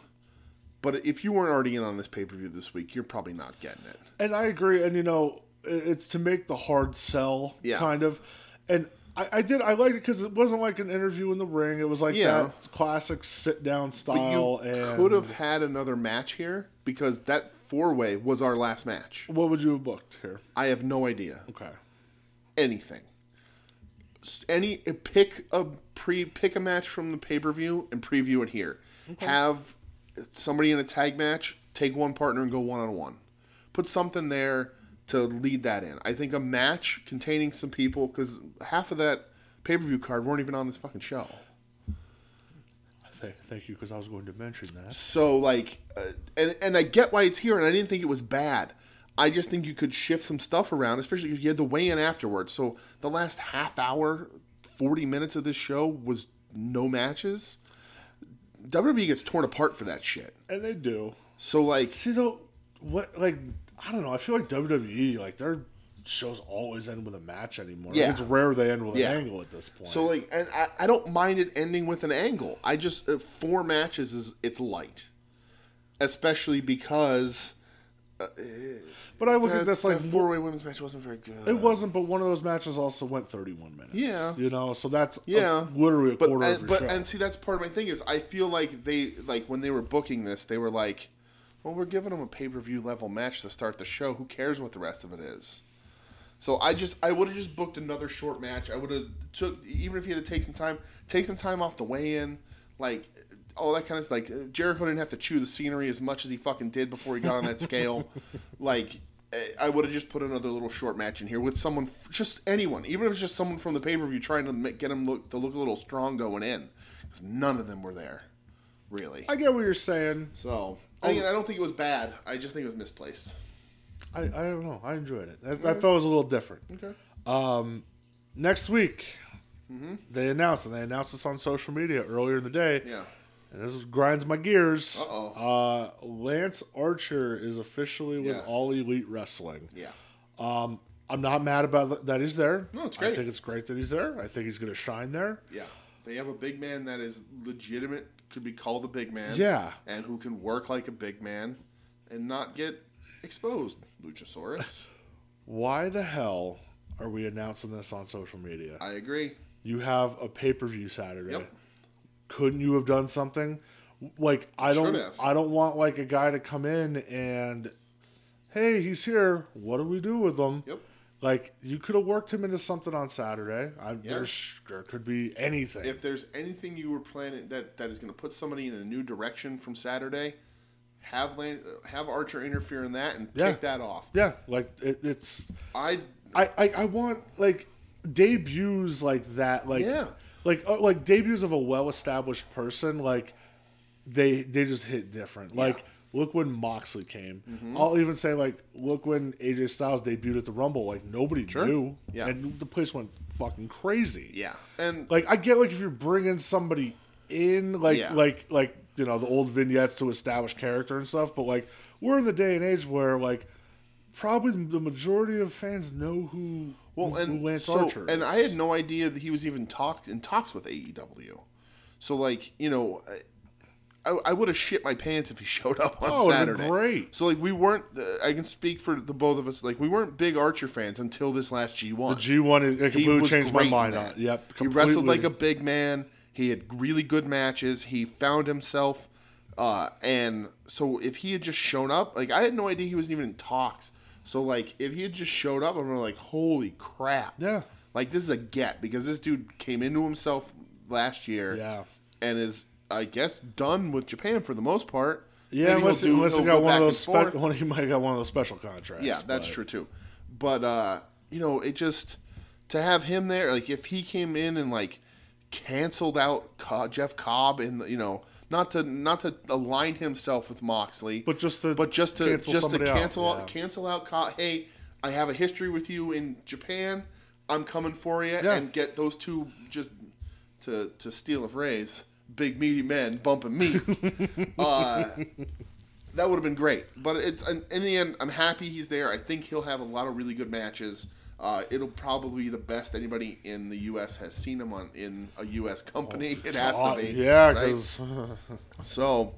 Speaker 1: but if you weren't already in on this pay per view this week, you're probably not getting it.
Speaker 2: and i agree and you know i- it's to make the hard sell
Speaker 1: Yeah.
Speaker 2: kind of and I, I did i liked it because it wasn't like an interview in the ring it was like
Speaker 1: Yeah.
Speaker 2: that classic sit down
Speaker 1: But
Speaker 2: style
Speaker 1: you
Speaker 2: and
Speaker 1: could have had another match here because that four way was our last match.
Speaker 2: what would you have booked here
Speaker 1: I have no idea.
Speaker 2: okay
Speaker 1: anything. S- Any pick a pre pick a match from the pay per view and preview it here. Have somebody in a tag match take one partner and go one on one. Put something there to lead that in. I think a match containing some people because half of that pay per view card weren't even on this fucking show.
Speaker 2: Th- thank you because i was going to mention that
Speaker 1: So like, uh, and and I get why it's here, and I didn't think it was bad. I just think you could shift some stuff around, especially because you had to weigh in afterwards. So the last half hour, forty minutes of this show was no matches. WWE gets torn apart for that shit.
Speaker 2: and they do
Speaker 1: So like,
Speaker 2: See though, what like I don't know. I feel like WWE like their shows always end with a match anymore. Like,
Speaker 1: Yeah.
Speaker 2: it's rare they end with
Speaker 1: Yeah.
Speaker 2: an angle at this point.
Speaker 1: so like, and I, I don't mind it ending with an angle. I just uh, four matches is it's light, especially because
Speaker 2: but I look
Speaker 1: that,
Speaker 2: at this like
Speaker 1: four way women's match wasn't very good.
Speaker 2: it wasn't, but one of those matches also went 31 minutes.
Speaker 1: Yeah.
Speaker 2: you know, so that's a-
Speaker 1: Yeah,
Speaker 2: literally a
Speaker 1: but,
Speaker 2: quarter
Speaker 1: and,
Speaker 2: of your
Speaker 1: but,
Speaker 2: show.
Speaker 1: And see, that's part of my thing is I feel like they like when they were booking this, they were like, "Well, we're giving them a pay per view level match to start the show. Who cares what the rest of it is?" So I just I would have just booked another short match. I would have took even if you had to take some time, take some time off the weigh in, like all that kind of like Jericho didn't have to chew the scenery as much as he fucking did before he got on that scale. Like eh, I would have just put another little short match in here with someone, just anyone, even if it's just someone from the pay per view trying to make, get him look to look a little strong going in, 'Cause none of them were there, really.
Speaker 2: I get what you're saying. oh,
Speaker 1: So Oh. I mean, I don't think it was bad. I just think it was misplaced.
Speaker 2: I, I don't know. I enjoyed it. I,
Speaker 1: Mm-hmm.
Speaker 2: I felt it was a little different.
Speaker 1: Okay.
Speaker 2: Next week, they announced and they announced this on social media earlier in the day.
Speaker 1: Mm-hmm. Yeah.
Speaker 2: and this grinds my gears.
Speaker 1: Uh-oh.
Speaker 2: Uh, Lance Archer is officially with
Speaker 1: Yes.
Speaker 2: All Elite Wrestling.
Speaker 1: Yeah.
Speaker 2: I'm not mad about th- that he's there.
Speaker 1: No, it's
Speaker 2: I
Speaker 1: great.
Speaker 2: think it's great that he's there. I think he's going to shine there.
Speaker 1: Yeah. They have a big man that is legitimate, could be called a big man.
Speaker 2: Yeah.
Speaker 1: And who can work like a big man and not get exposed. Luchasaurus.
Speaker 2: Why the hell are we announcing this on social media?
Speaker 1: I agree.
Speaker 2: You have a pay per view Saturday.
Speaker 1: Yep.
Speaker 2: Couldn't you have done something? Like I
Speaker 1: Should
Speaker 2: don't,
Speaker 1: have.
Speaker 2: I don't want like a guy to come in and, hey, he's here. What do we do with him?
Speaker 1: Yep.
Speaker 2: Like you could have worked him into something on Saturday. I, there's, there could be anything.
Speaker 1: If there's anything you were planning that, that is going to put somebody in a new direction from Saturday, have Lan- uh, have Archer interfere in that and
Speaker 2: Yeah.
Speaker 1: kick that off.
Speaker 2: yeah, like it, it's
Speaker 1: I
Speaker 2: I, I I want like debuts like that like
Speaker 1: Yeah.
Speaker 2: like uh, like debuts of a well established person like they they just hit different like look when Moxley came
Speaker 1: Mm-hmm.
Speaker 2: I'll even say like look when AJ Styles debuted at the Rumble like nobody knew
Speaker 1: Yeah.
Speaker 2: and the place went fucking crazy
Speaker 1: yeah. And
Speaker 2: like I get like if you're bringing somebody in like
Speaker 1: Yeah.
Speaker 2: like like you know the old vignettes to establish character and stuff, but like we're in the day and age where like probably the majority of fans know who
Speaker 1: Well,
Speaker 2: who
Speaker 1: and
Speaker 2: Lance
Speaker 1: so,
Speaker 2: Archer
Speaker 1: and
Speaker 2: is.
Speaker 1: I had no E idea that he was even talked in talks with AEW. So like you know, I, I would have shit my pants if he showed up on
Speaker 2: Oh, it'd been
Speaker 1: Saturday.
Speaker 2: great.
Speaker 1: So like we weren't. uh, I can speak for the both of us. Like we weren't big Archer fans until this last G one.
Speaker 2: G one it it completely changed my mind on. it. Yep.
Speaker 1: He wrestled like
Speaker 2: completely.
Speaker 1: a big man. He had really good matches. He found himself. Uh, and so if he had just shown up, like I had no idea he wasn't even in talks. So like if he had just showed up, I'm gonna like, holy crap.
Speaker 2: Yeah.
Speaker 1: Like this is a get because this dude came into himself last year.
Speaker 2: Yeah.
Speaker 1: And is I guess done with Japan for the most part.
Speaker 2: Yeah,
Speaker 1: Maybe
Speaker 2: unless,
Speaker 1: he'll do-
Speaker 2: unless he
Speaker 1: he'll
Speaker 2: got
Speaker 1: go
Speaker 2: one
Speaker 1: back
Speaker 2: of
Speaker 1: and
Speaker 2: those
Speaker 1: forth.
Speaker 2: spe- one, he might have got one of those special contracts.
Speaker 1: Yeah, that's
Speaker 2: but-
Speaker 1: true too. But uh, you know, it just to have him there, like if he came in and like canceled out Co- Jeff Cobb and you know, not to not to align himself with Moxley,
Speaker 2: But just to
Speaker 1: but just to
Speaker 2: cancel
Speaker 1: just to
Speaker 2: somebody out,
Speaker 1: cancel out,
Speaker 2: yeah.
Speaker 1: cancel out Cobb. Hey, I have a history with you in Japan. I'm coming for you
Speaker 2: Yeah.
Speaker 1: and get those two just to to steal a phrase. Big meaty men bumping me. Uh, That would have been great, but it's in in the end. I'm happy he's there. I think he'll have a lot of really good matches. Uh, it'll probably be the best anybody in the U.S. has seen him on in a U.S. company. it has
Speaker 2: Uh,
Speaker 1: to be,
Speaker 2: yeah,
Speaker 1: right?
Speaker 2: because
Speaker 1: so.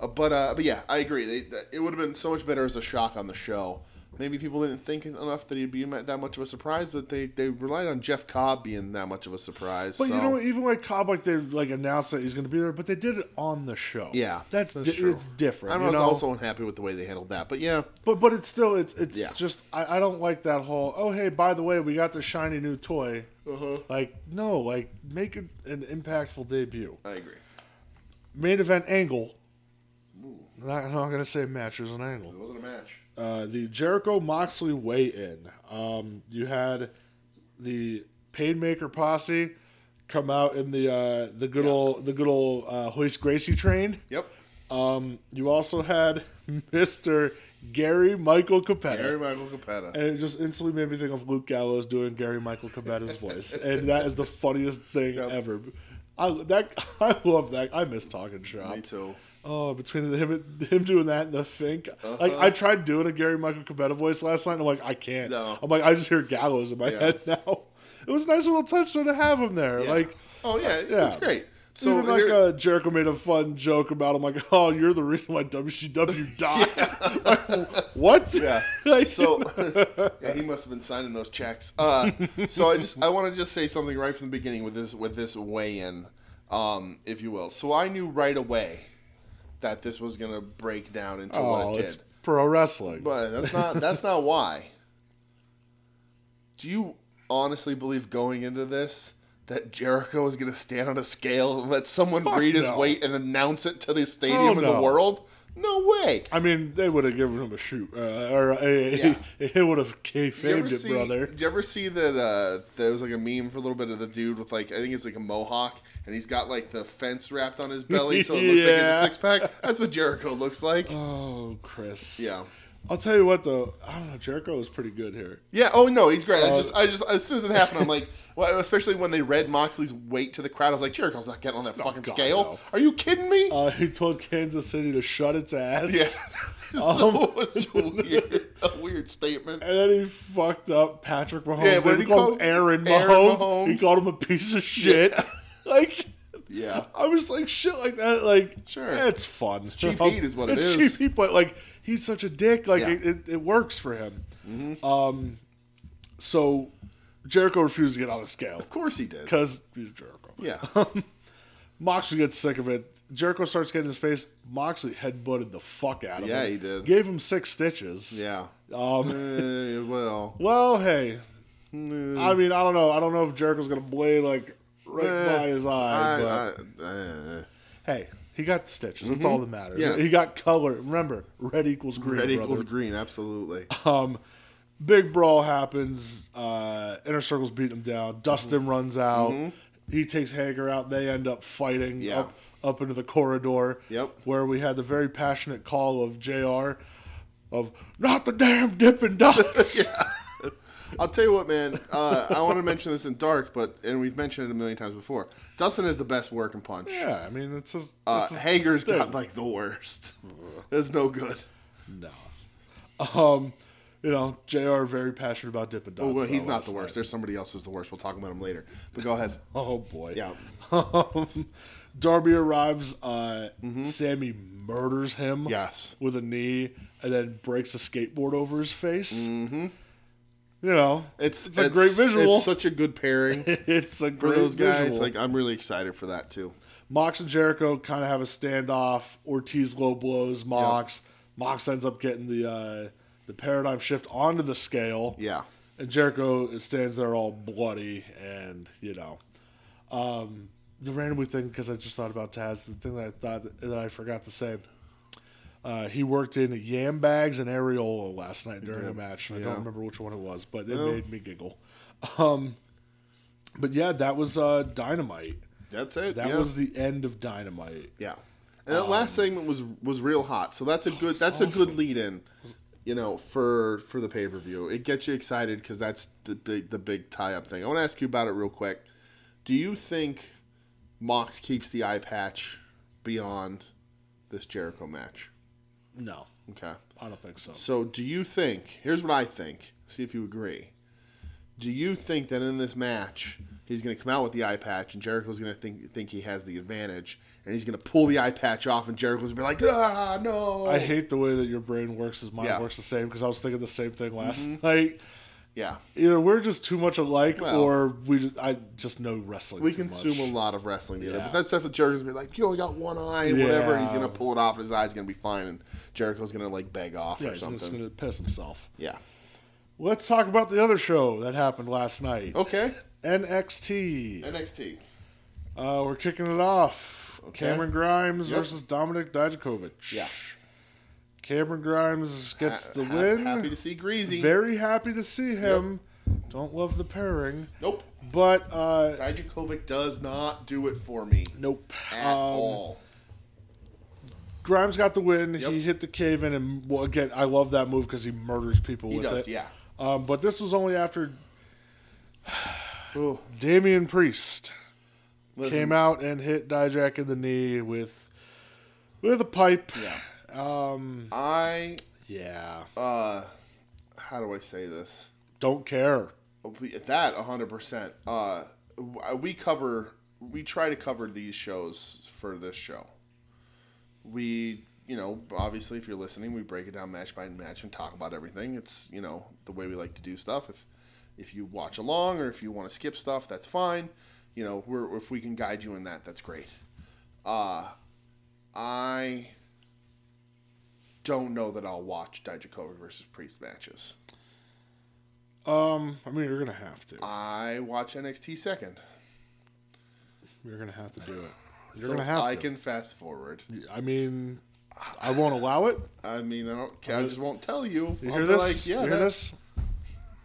Speaker 1: Uh, but uh, but yeah, I agree. They, that- it would have been so much better as a shock on the show. Maybe people didn't think enough that he'd be ma- that much of a surprise, but they, they relied on Jeff Cobb being that much of a surprise.
Speaker 2: But
Speaker 1: so.
Speaker 2: you know, even like Cobb, like they like announced that he's going to be there, but they did it on the show.
Speaker 1: Yeah,
Speaker 2: that's,
Speaker 1: that's
Speaker 2: di-
Speaker 1: true.
Speaker 2: it's different.
Speaker 1: I
Speaker 2: you
Speaker 1: was
Speaker 2: know?
Speaker 1: also unhappy with the way they handled that, but yeah,
Speaker 2: but but it's still it's it's
Speaker 1: Yeah.
Speaker 2: just I, I don't like that whole oh hey by the way we got this shiny new toy.
Speaker 1: Uh-huh.
Speaker 2: Like no, like make it an impactful debut.
Speaker 1: I agree.
Speaker 2: Main event angle. Not, I'm not going to say match. There's an angle.
Speaker 1: It wasn't a match.
Speaker 2: Uh, the Jericho Moxley weigh in. Um, you had the Painmaker posse come out in the uh, the good old the good old uh, Hoist Gracie train.
Speaker 1: Yep,
Speaker 2: Um, you also had Mister Gary Michael Capetta.
Speaker 1: Harry Michael Capetta.
Speaker 2: and it just instantly made me think of Luke Gallows doing Gary Michael Capetta's voice, and that is the funniest thing ever. I that I love that. I miss talking shop.
Speaker 1: Me too.
Speaker 2: Oh, between him him doing that and the Fink, like
Speaker 1: Uh-huh.
Speaker 2: I tried doing a Gary Michael Cabetta voice last night, and I'm like, I can't.
Speaker 1: No.
Speaker 2: I'm like, I just hear Gallows in my
Speaker 1: Yeah.
Speaker 2: head now. It was a nice little touch though to have him there. Like,
Speaker 1: oh yeah,
Speaker 2: yeah.
Speaker 1: it's great.
Speaker 2: so
Speaker 1: So
Speaker 2: even like
Speaker 1: here-
Speaker 2: uh, Jericho made a fun joke about him, like, oh, you're the reason why WCW died. Like, what?
Speaker 1: yeah.
Speaker 2: like,
Speaker 1: So yeah, he must have been signing those checks. Uh, so I just I want to just say something right from the beginning with this with this weigh-in, um, if you will. So I knew right away that this was gonna break down into
Speaker 2: oh,
Speaker 1: what it
Speaker 2: it's
Speaker 1: did,
Speaker 2: pro wrestling.
Speaker 1: but that's not that's not why. Do you honestly believe going into this? That Jericho is going to stand on a scale and let someone
Speaker 2: Fuck
Speaker 1: read his
Speaker 2: no.
Speaker 1: weight and announce it to the stadium
Speaker 2: Oh,
Speaker 1: and the
Speaker 2: no.
Speaker 1: world? No way.
Speaker 2: I mean, they would have given him a shoot, uh, or uh,
Speaker 1: Yeah.
Speaker 2: he would have
Speaker 1: you ever
Speaker 2: kayfabed it,
Speaker 1: see,
Speaker 2: brother.
Speaker 1: Did you ever see that? Uh, there was like a meme for a little bit of the dude with like I think it's like a mohawk, and he's got like the fence wrapped on his belly, so it looks like it's
Speaker 2: Yeah.
Speaker 1: a six pack. That's what Jericho looks like.
Speaker 2: Oh, Chris.
Speaker 1: Yeah.
Speaker 2: I'll tell you what though, I don't know. Jericho was pretty good here.
Speaker 1: yeah. Oh no, he's great. I just, I just, as soon as it happened, I'm like, well, especially when they read Moxley's weight to the crowd, I was like, Jericho's not getting on that fucking
Speaker 2: Oh, God,
Speaker 1: scale.
Speaker 2: no.
Speaker 1: Are you kidding me?
Speaker 2: Uh, he told Kansas City to shut its
Speaker 1: yeah.
Speaker 2: ass, um,
Speaker 1: so it's a weird, a weird statement.
Speaker 2: and then he fucked up Patrick Mahomes.
Speaker 1: Yeah, what
Speaker 2: and
Speaker 1: did
Speaker 2: he
Speaker 1: he
Speaker 2: called
Speaker 1: call
Speaker 2: him
Speaker 1: him?
Speaker 2: Aaron Mahomes.
Speaker 1: Aaron Mahomes.
Speaker 2: He called him a piece of shit. Like,
Speaker 1: Yeah.
Speaker 2: I was like shit like that. Like,
Speaker 1: Sure.
Speaker 2: eh, it's fun. It's
Speaker 1: cheap heat is what it
Speaker 2: it's
Speaker 1: is.
Speaker 2: cheap heat, but like he's such a dick. Like
Speaker 1: Yeah. Mm-hmm.
Speaker 2: it, it, it works for him. Um, so Jericho refused to get on a scale
Speaker 1: Of course he did.
Speaker 2: because he's Jericho.
Speaker 1: Yeah.
Speaker 2: Moxley gets sick of it. Jericho starts getting in his face. Moxley headbutted the fuck out of him.
Speaker 1: Yeah, he did.
Speaker 2: Gave him six stitches.
Speaker 1: Yeah.
Speaker 2: Um,
Speaker 1: Eh, well. Mm,
Speaker 2: well, hey. I mean, I don't know. I don't know if Jericho's gonna blade like right
Speaker 1: Eh,
Speaker 2: by his eye, but
Speaker 1: I- I- eh.
Speaker 2: hey, he got stitches. That's all that matters.
Speaker 1: Yeah.
Speaker 2: He got color. Remember, red equals green.
Speaker 1: Red
Speaker 2: brother.
Speaker 1: equals green, absolutely.
Speaker 2: Um, big brawl happens. Uh, Inner Circle's beating him down. Dustin
Speaker 1: Mm-hmm.
Speaker 2: runs out. He takes Hager out. They end up fighting
Speaker 1: Yeah.
Speaker 2: up up into the corridor.
Speaker 1: Yep.
Speaker 2: Where we had the very passionate call of Jr. of not the damn Dippin' Dots.
Speaker 1: I'll tell you what, man. Uh, I want to mention this in dark, but and we've mentioned it a million times before. Dustin is the best working punch.
Speaker 2: yeah. I mean it's just
Speaker 1: Uh,
Speaker 2: it's just-
Speaker 1: Hager's got like the worst.
Speaker 2: Uh-huh.
Speaker 1: That's no good.
Speaker 2: no. Um, you know Jr. very passionate about Dippin' Dots.
Speaker 1: Oh, well, he's
Speaker 2: though,
Speaker 1: not
Speaker 2: last
Speaker 1: the worst.
Speaker 2: night.
Speaker 1: There's somebody else who's the worst. We'll talk about him later. But go ahead.
Speaker 2: Oh boy.
Speaker 1: Yeah.
Speaker 2: Um, Darby arrives. Uh, Sammy murders him.
Speaker 1: Mm-hmm. Yes.
Speaker 2: With a knee, and then breaks a skateboard over his face. Mm-hmm. You know,
Speaker 1: It's,
Speaker 2: It's a great visual.
Speaker 1: It's such a good pairing for
Speaker 2: it's a great
Speaker 1: those guys.
Speaker 2: visual.
Speaker 1: Like I'm really excited for that too.
Speaker 2: Mox and Jericho kind of have a standoff. Ortiz low blows Mox. Mox ends up getting the uh, the paradigm shift onto the scale.
Speaker 1: Yeah.
Speaker 2: And Jericho stands there all bloody and, you know. Um, the randomly thing, because I just thought about Taz, the thing that I thought that, I forgot to say. Uh, he worked in yam bags and areola last night during a match. and I
Speaker 1: Yeah.
Speaker 2: don't remember which one it was, but it made me giggle. Um, but yeah, that was uh, Dynamite.
Speaker 1: That's it.
Speaker 2: That
Speaker 1: yeah.
Speaker 2: was the end of Dynamite.
Speaker 1: Yeah. And that last segment was was real hot. So that's a good that's a good lead in, you know, for for the pay per view. It gets you excited because that's the big the big tie up thing. I want to ask you about it real quick. Do you think Mox keeps the eye patch beyond this Jericho match?
Speaker 2: No,
Speaker 1: Okay.
Speaker 2: I don't think so.
Speaker 1: So do you think? Here's what I think. See if you agree. Do you think that in this match he's going to come out with the eye patch and Jericho's going to think think he has the advantage and he's going to pull the eye patch off and Jericho's going to be like, ah, no.
Speaker 2: I hate the way that your brain works as mine
Speaker 1: Yeah. Mm-hmm.
Speaker 2: works the same because I was thinking the same thing last night.
Speaker 1: yeah,
Speaker 2: Either we're just too much alike,
Speaker 1: Well-
Speaker 2: or we just, I just know wrestling.
Speaker 1: we
Speaker 2: too
Speaker 1: consume
Speaker 2: much.
Speaker 1: a lot of wrestling together,
Speaker 2: Yeah.
Speaker 1: but that's stuff that Jericho's going to be like, you only got one eye and whatever. And he's
Speaker 2: Yeah.
Speaker 1: going to pull it off and his eye's going to be fine and Jericho's going to like beg off
Speaker 2: Yeah,
Speaker 1: or
Speaker 2: he's just
Speaker 1: something.
Speaker 2: gonna piss himself.
Speaker 1: Yeah.
Speaker 2: Let's talk about the other show that happened last night.
Speaker 1: Okay.
Speaker 2: NXT.
Speaker 1: NXT.
Speaker 2: Uh, we're kicking it off.
Speaker 1: Okay.
Speaker 2: Cameron Grimes
Speaker 1: Yep.
Speaker 2: versus Dominic Dijakovic.
Speaker 1: Yeah.
Speaker 2: Cameron Grimes gets the
Speaker 1: Ha- ha-
Speaker 2: win.
Speaker 1: Happy to see Greasy.
Speaker 2: Very happy to see him. Don't love the pairing.
Speaker 1: nope.
Speaker 2: But uh,
Speaker 1: Dijakovic does not do it for me.
Speaker 2: nope.
Speaker 1: at
Speaker 2: Um,
Speaker 1: all.
Speaker 2: Grimes got the win.
Speaker 1: Yep.
Speaker 2: He hit the cave in, and well, again, I love that move because he murders people
Speaker 1: He
Speaker 2: with
Speaker 1: does,
Speaker 2: it.
Speaker 1: yeah.
Speaker 2: Um, but this was only after Damian Priest
Speaker 1: Listen,
Speaker 2: came out and hit Dijak in the knee with with a pipe.
Speaker 1: Yeah. Um, I
Speaker 2: Yeah.
Speaker 1: uh, how do I say this?
Speaker 2: Don't care.
Speaker 1: That hundred percent. Uh, we cover, we try to cover these shows for this show. We, you know, obviously, if you're listening, we break it down match by match and talk about everything. It's you know the way we like to do stuff. If if you watch along or if you want to skip stuff, that's fine. You know, we're if we can guide you in that, that's great. Uh, I don't know that I'll watch Dijakovic versus Priest matches.
Speaker 2: Um, I mean, you're gonna have to.
Speaker 1: I watch NXT second.
Speaker 2: You're gonna have to do it. You're
Speaker 1: so
Speaker 2: gonna have
Speaker 1: I
Speaker 2: to.
Speaker 1: can fast forward.
Speaker 2: I mean, I won't allow it.
Speaker 1: I mean, I don't. I just won't tell you.
Speaker 2: You
Speaker 1: I'll
Speaker 2: hear
Speaker 1: be Like,
Speaker 2: this?
Speaker 1: yeah.
Speaker 2: you hear
Speaker 1: that-
Speaker 2: this?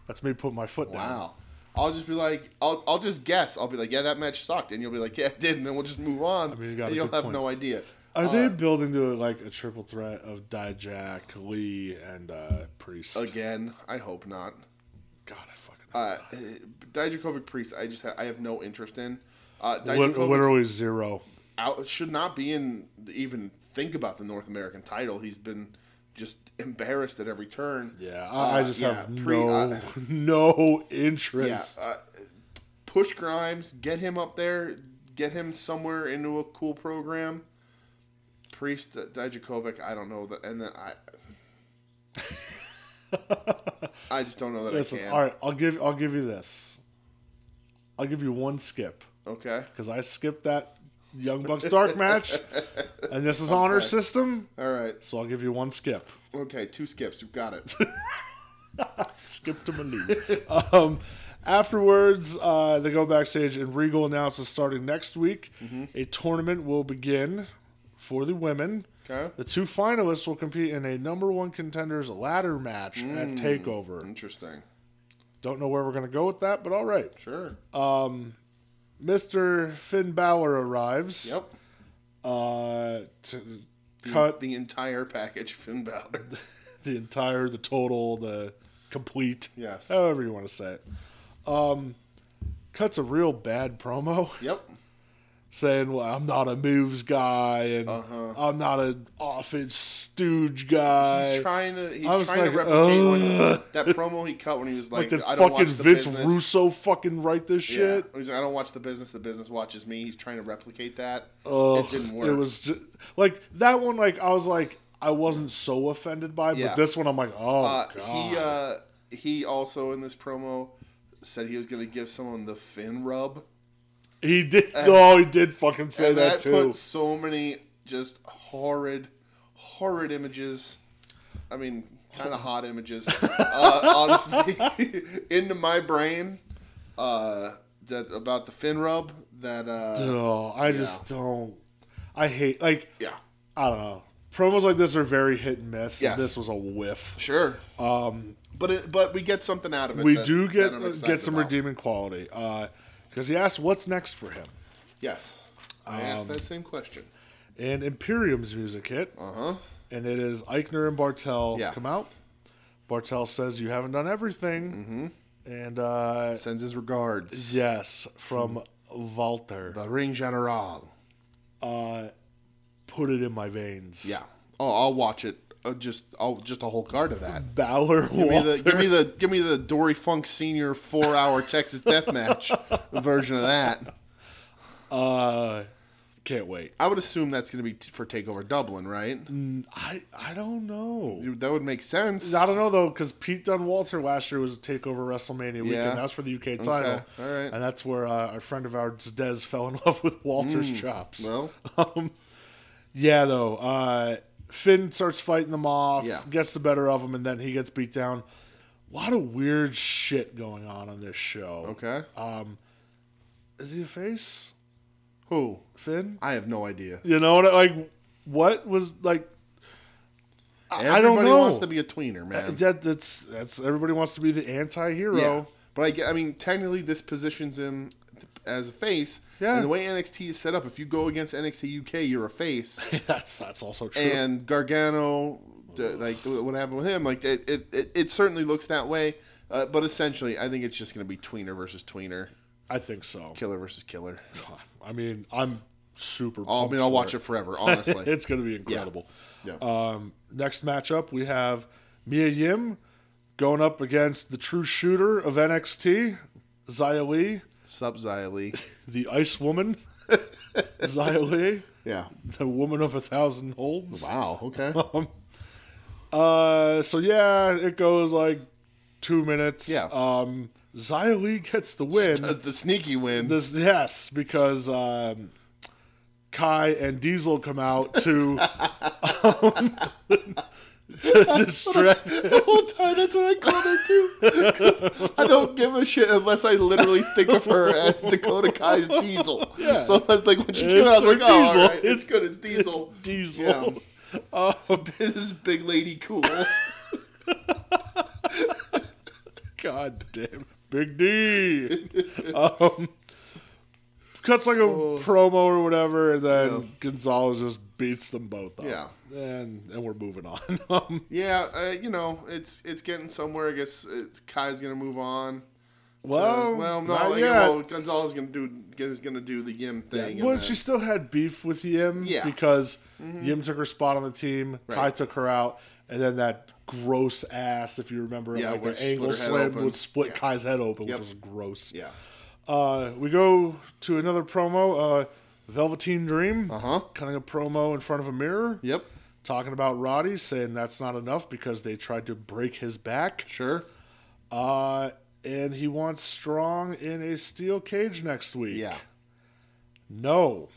Speaker 2: That's me putting my foot down.
Speaker 1: Wow. I'll just be like, I'll, I'll just guess. I'll be like, yeah, that match sucked, and you'll be like, yeah, it did, and then we'll just move on.
Speaker 2: mean, you got
Speaker 1: and
Speaker 2: a
Speaker 1: you'll
Speaker 2: good
Speaker 1: have
Speaker 2: point.
Speaker 1: no idea.
Speaker 2: Are
Speaker 1: Uh,
Speaker 2: they building to like a triple threat of Dijak, Lee, and uh, Priest?
Speaker 1: again? I hope not.
Speaker 2: God, I fucking.
Speaker 1: Uh, Dijakovic Priest, I just ha- I have no interest in. Uh,
Speaker 2: Lit-
Speaker 1: Dijakovic
Speaker 2: literally zero.
Speaker 1: out should not be in even think about the North American title. He's been just embarrassed at every turn.
Speaker 2: Yeah, I, I
Speaker 1: Uh,
Speaker 2: just
Speaker 1: yeah,
Speaker 2: have
Speaker 1: pre-
Speaker 2: no
Speaker 1: uh,
Speaker 2: no
Speaker 1: Yeah,
Speaker 2: interest.
Speaker 1: uh, push Grimes, get him up there, get him somewhere into a cool program. Priest uh, Dijakovic, I don't know that, and then I, I just don't know that
Speaker 2: Listen,
Speaker 1: I can.
Speaker 2: all right, I'll give I'll give you this. I'll give you one skip
Speaker 1: Okay,
Speaker 2: because I skipped that Young Bucks dark match, and this is honor system,
Speaker 1: all right,
Speaker 2: so I'll give you one skip.
Speaker 1: okay, two skips, you've got it.
Speaker 2: skipped him a knee. um, afterwards, uh, they go backstage, and Regal announces starting next week, a tournament will begin for the women.
Speaker 1: Okay.
Speaker 2: The two finalists will compete in a number one contenders ladder match at Takeover.
Speaker 1: Interesting.
Speaker 2: Don't know where we're gonna go with that, but all right.
Speaker 1: Sure.
Speaker 2: Uh, Mister Finn Balor arrives.
Speaker 1: yep.
Speaker 2: Uh, to
Speaker 1: The,
Speaker 2: cut
Speaker 1: the entire package, Finn Balor.
Speaker 2: the entire, the total, the complete.
Speaker 1: Yes.
Speaker 2: However you want to say it. Um, cuts a real bad promo.
Speaker 1: yep.
Speaker 2: saying, "Well, I'm not a moves guy, and
Speaker 1: Uh-huh.
Speaker 2: I'm not an offense stooge guy."
Speaker 1: He's trying to. He's
Speaker 2: I was
Speaker 1: trying to
Speaker 2: like,
Speaker 1: replicate when-
Speaker 2: "Ugh."
Speaker 1: that promo he cut when he was like,
Speaker 2: like did
Speaker 1: "I don't
Speaker 2: fucking
Speaker 1: watch the
Speaker 2: Vince
Speaker 1: business."
Speaker 2: Russo fucking write this
Speaker 1: Yeah.
Speaker 2: shit?
Speaker 1: He's like, "I don't watch the business. The business watches me." He's trying to replicate that.
Speaker 2: Ugh,
Speaker 1: it didn't work.
Speaker 2: It was just, like that one. Like I was like I wasn't so offended by,
Speaker 1: Yeah.
Speaker 2: but this one I'm like, oh
Speaker 1: Uh,
Speaker 2: god.
Speaker 1: he uh, he also in this promo said he was going to give someone the fin rub,
Speaker 2: He did. oh, he did fucking say
Speaker 1: uh, and
Speaker 2: that,
Speaker 1: that,
Speaker 2: too.
Speaker 1: put so many just horrid, horrid images. I mean, kind of hot images, uh, honestly, into my brain. Uh, that about the fin rub that uh,
Speaker 2: Oh, I just don't. I hate like
Speaker 1: yeah,
Speaker 2: I don't know. Promos like this are very hit and miss.
Speaker 1: Yes.
Speaker 2: And this was a whiff.
Speaker 1: sure. Um, but it, but we get something out of it.
Speaker 2: We
Speaker 1: that-
Speaker 2: do get
Speaker 1: that I'm excited
Speaker 2: get some
Speaker 1: about.
Speaker 2: redeeming quality because he asked what's next for him,
Speaker 1: Yes, I asked
Speaker 2: Um,
Speaker 1: that same question.
Speaker 2: and Imperium's music hit,
Speaker 1: Uh huh.
Speaker 2: and it is Eichner and Bartel
Speaker 1: Yeah.
Speaker 2: come out. Bartel says, "You haven't done everything,"
Speaker 1: Mm-hmm.
Speaker 2: and uh,
Speaker 1: Sends his regards.
Speaker 2: yes, from Walter,
Speaker 1: The Ring General.
Speaker 2: put it in my veins.
Speaker 1: Yeah. Oh, I'll watch it. Uh, just, I'll just a whole card of that.
Speaker 2: Balor
Speaker 1: Give me,
Speaker 2: Walter.
Speaker 1: the, give me the, give me the Dory Funk Senior four-hour Texas Death Match version of that.
Speaker 2: uh, can't wait.
Speaker 1: I would assume that's going to be t- for Takeover Dublin, right?
Speaker 2: Mm. I I don't know.
Speaker 1: That would make sense.
Speaker 2: I don't know though, because Pete Dunne Walter last year was Takeover WrestleMania weekend.
Speaker 1: Yeah.
Speaker 2: That was for the UK title,
Speaker 1: all right.
Speaker 2: and that's where uh, a friend of ours, Des, fell in love with Walter's chops.
Speaker 1: Mm. Well,
Speaker 2: Um, yeah, though. Uh, Finn starts fighting them off,
Speaker 1: Yeah.
Speaker 2: gets the better of him, and then he gets beat down. A lot of weird shit going on on this show.
Speaker 1: okay.
Speaker 2: Uh, Is he a face,
Speaker 1: Who?
Speaker 2: Finn?
Speaker 1: I have no idea.
Speaker 2: You know what? I- Like, what was like? I-
Speaker 1: Everybody
Speaker 2: I don't know. Uh,
Speaker 1: wants to be a tweener, man.
Speaker 2: that, that's that's everybody wants to be the anti-hero.
Speaker 1: Yeah. But I, ge- I mean, technically, this positions him as a face.
Speaker 2: Yeah.
Speaker 1: And the way NXT is set up, if you go against NXT UK, you're a face.
Speaker 2: that's that's also true.
Speaker 1: and Gargano, the, like what happened with him, like it it, it, it certainly looks that way. Uh, but essentially, I think it's just going to be tweener versus tweener,
Speaker 2: I think so.
Speaker 1: killer versus killer.
Speaker 2: I mean, I'm super.
Speaker 1: Oh, I
Speaker 2: pumped
Speaker 1: mean, I'll
Speaker 2: for
Speaker 1: watch it forever, honestly.
Speaker 2: it's going to be incredible.
Speaker 1: yeah.
Speaker 2: Um, next matchup, we have Mia Yim going up against the true shooter of NXT, Xia Li,
Speaker 1: Sub Xia Li.
Speaker 2: the Ice Woman, Xia Li,
Speaker 1: Yeah.
Speaker 2: the Woman of a Thousand Holds. Um,
Speaker 1: Wow. Okay.
Speaker 2: Uh, so yeah, it goes like two minutes.
Speaker 1: Yeah.
Speaker 2: Um, Xia Li gets the win.
Speaker 1: That's the sneaky win.
Speaker 2: This yes, because um, Kai and Diesel come out to um, to distract.
Speaker 1: the whole time, that's what I called her too. 'Cause I don't give a shit unless I literally think of her as Dakota Kai's Diesel. Yeah. So like when she came out, I was like,
Speaker 2: It's
Speaker 1: oh,
Speaker 2: Diesel.
Speaker 1: all right, it's,
Speaker 2: It's-
Speaker 1: good. It's Diesel.
Speaker 2: it's Diesel.
Speaker 1: Um, this is big lady cool.
Speaker 2: God damn, Big D. um, cuts like a
Speaker 1: Oh.
Speaker 2: promo or whatever, and then Gonzalez just beats them both up.
Speaker 1: Yeah.
Speaker 2: and and we're moving on. um,
Speaker 1: Yeah, uh, you know, it's it's getting somewhere. I guess it's, Kai's gonna move on.
Speaker 2: well,
Speaker 1: Uh, well, no,
Speaker 2: not
Speaker 1: like,
Speaker 2: yet.
Speaker 1: well, Gonzalez is gonna do is gonna do the Yim thing. and
Speaker 2: Well,
Speaker 1: then-
Speaker 2: she still had beef with Yim
Speaker 1: Yeah. Mm-hmm.
Speaker 2: because Yim took her spot on the team, Kai
Speaker 1: Right.
Speaker 2: took her out, and then that gross ass, if you remember,
Speaker 1: Yeah,
Speaker 2: like
Speaker 1: where
Speaker 2: the
Speaker 1: she split
Speaker 2: angle
Speaker 1: her head
Speaker 2: slam
Speaker 1: open.
Speaker 2: would split
Speaker 1: Yeah.
Speaker 2: Kai's head open,
Speaker 1: Yep.
Speaker 2: which was gross.
Speaker 1: yeah,
Speaker 2: Uh, we go to another promo, uh, Velveteen Dream,
Speaker 1: Uh-huh.
Speaker 2: cutting a promo in front of a mirror,
Speaker 1: yep,
Speaker 2: talking about Roddy, saying that's not enough because they tried to break his back.
Speaker 1: sure,
Speaker 2: Uh, and he wants Strong in a steel cage next week.
Speaker 1: yeah.
Speaker 2: No.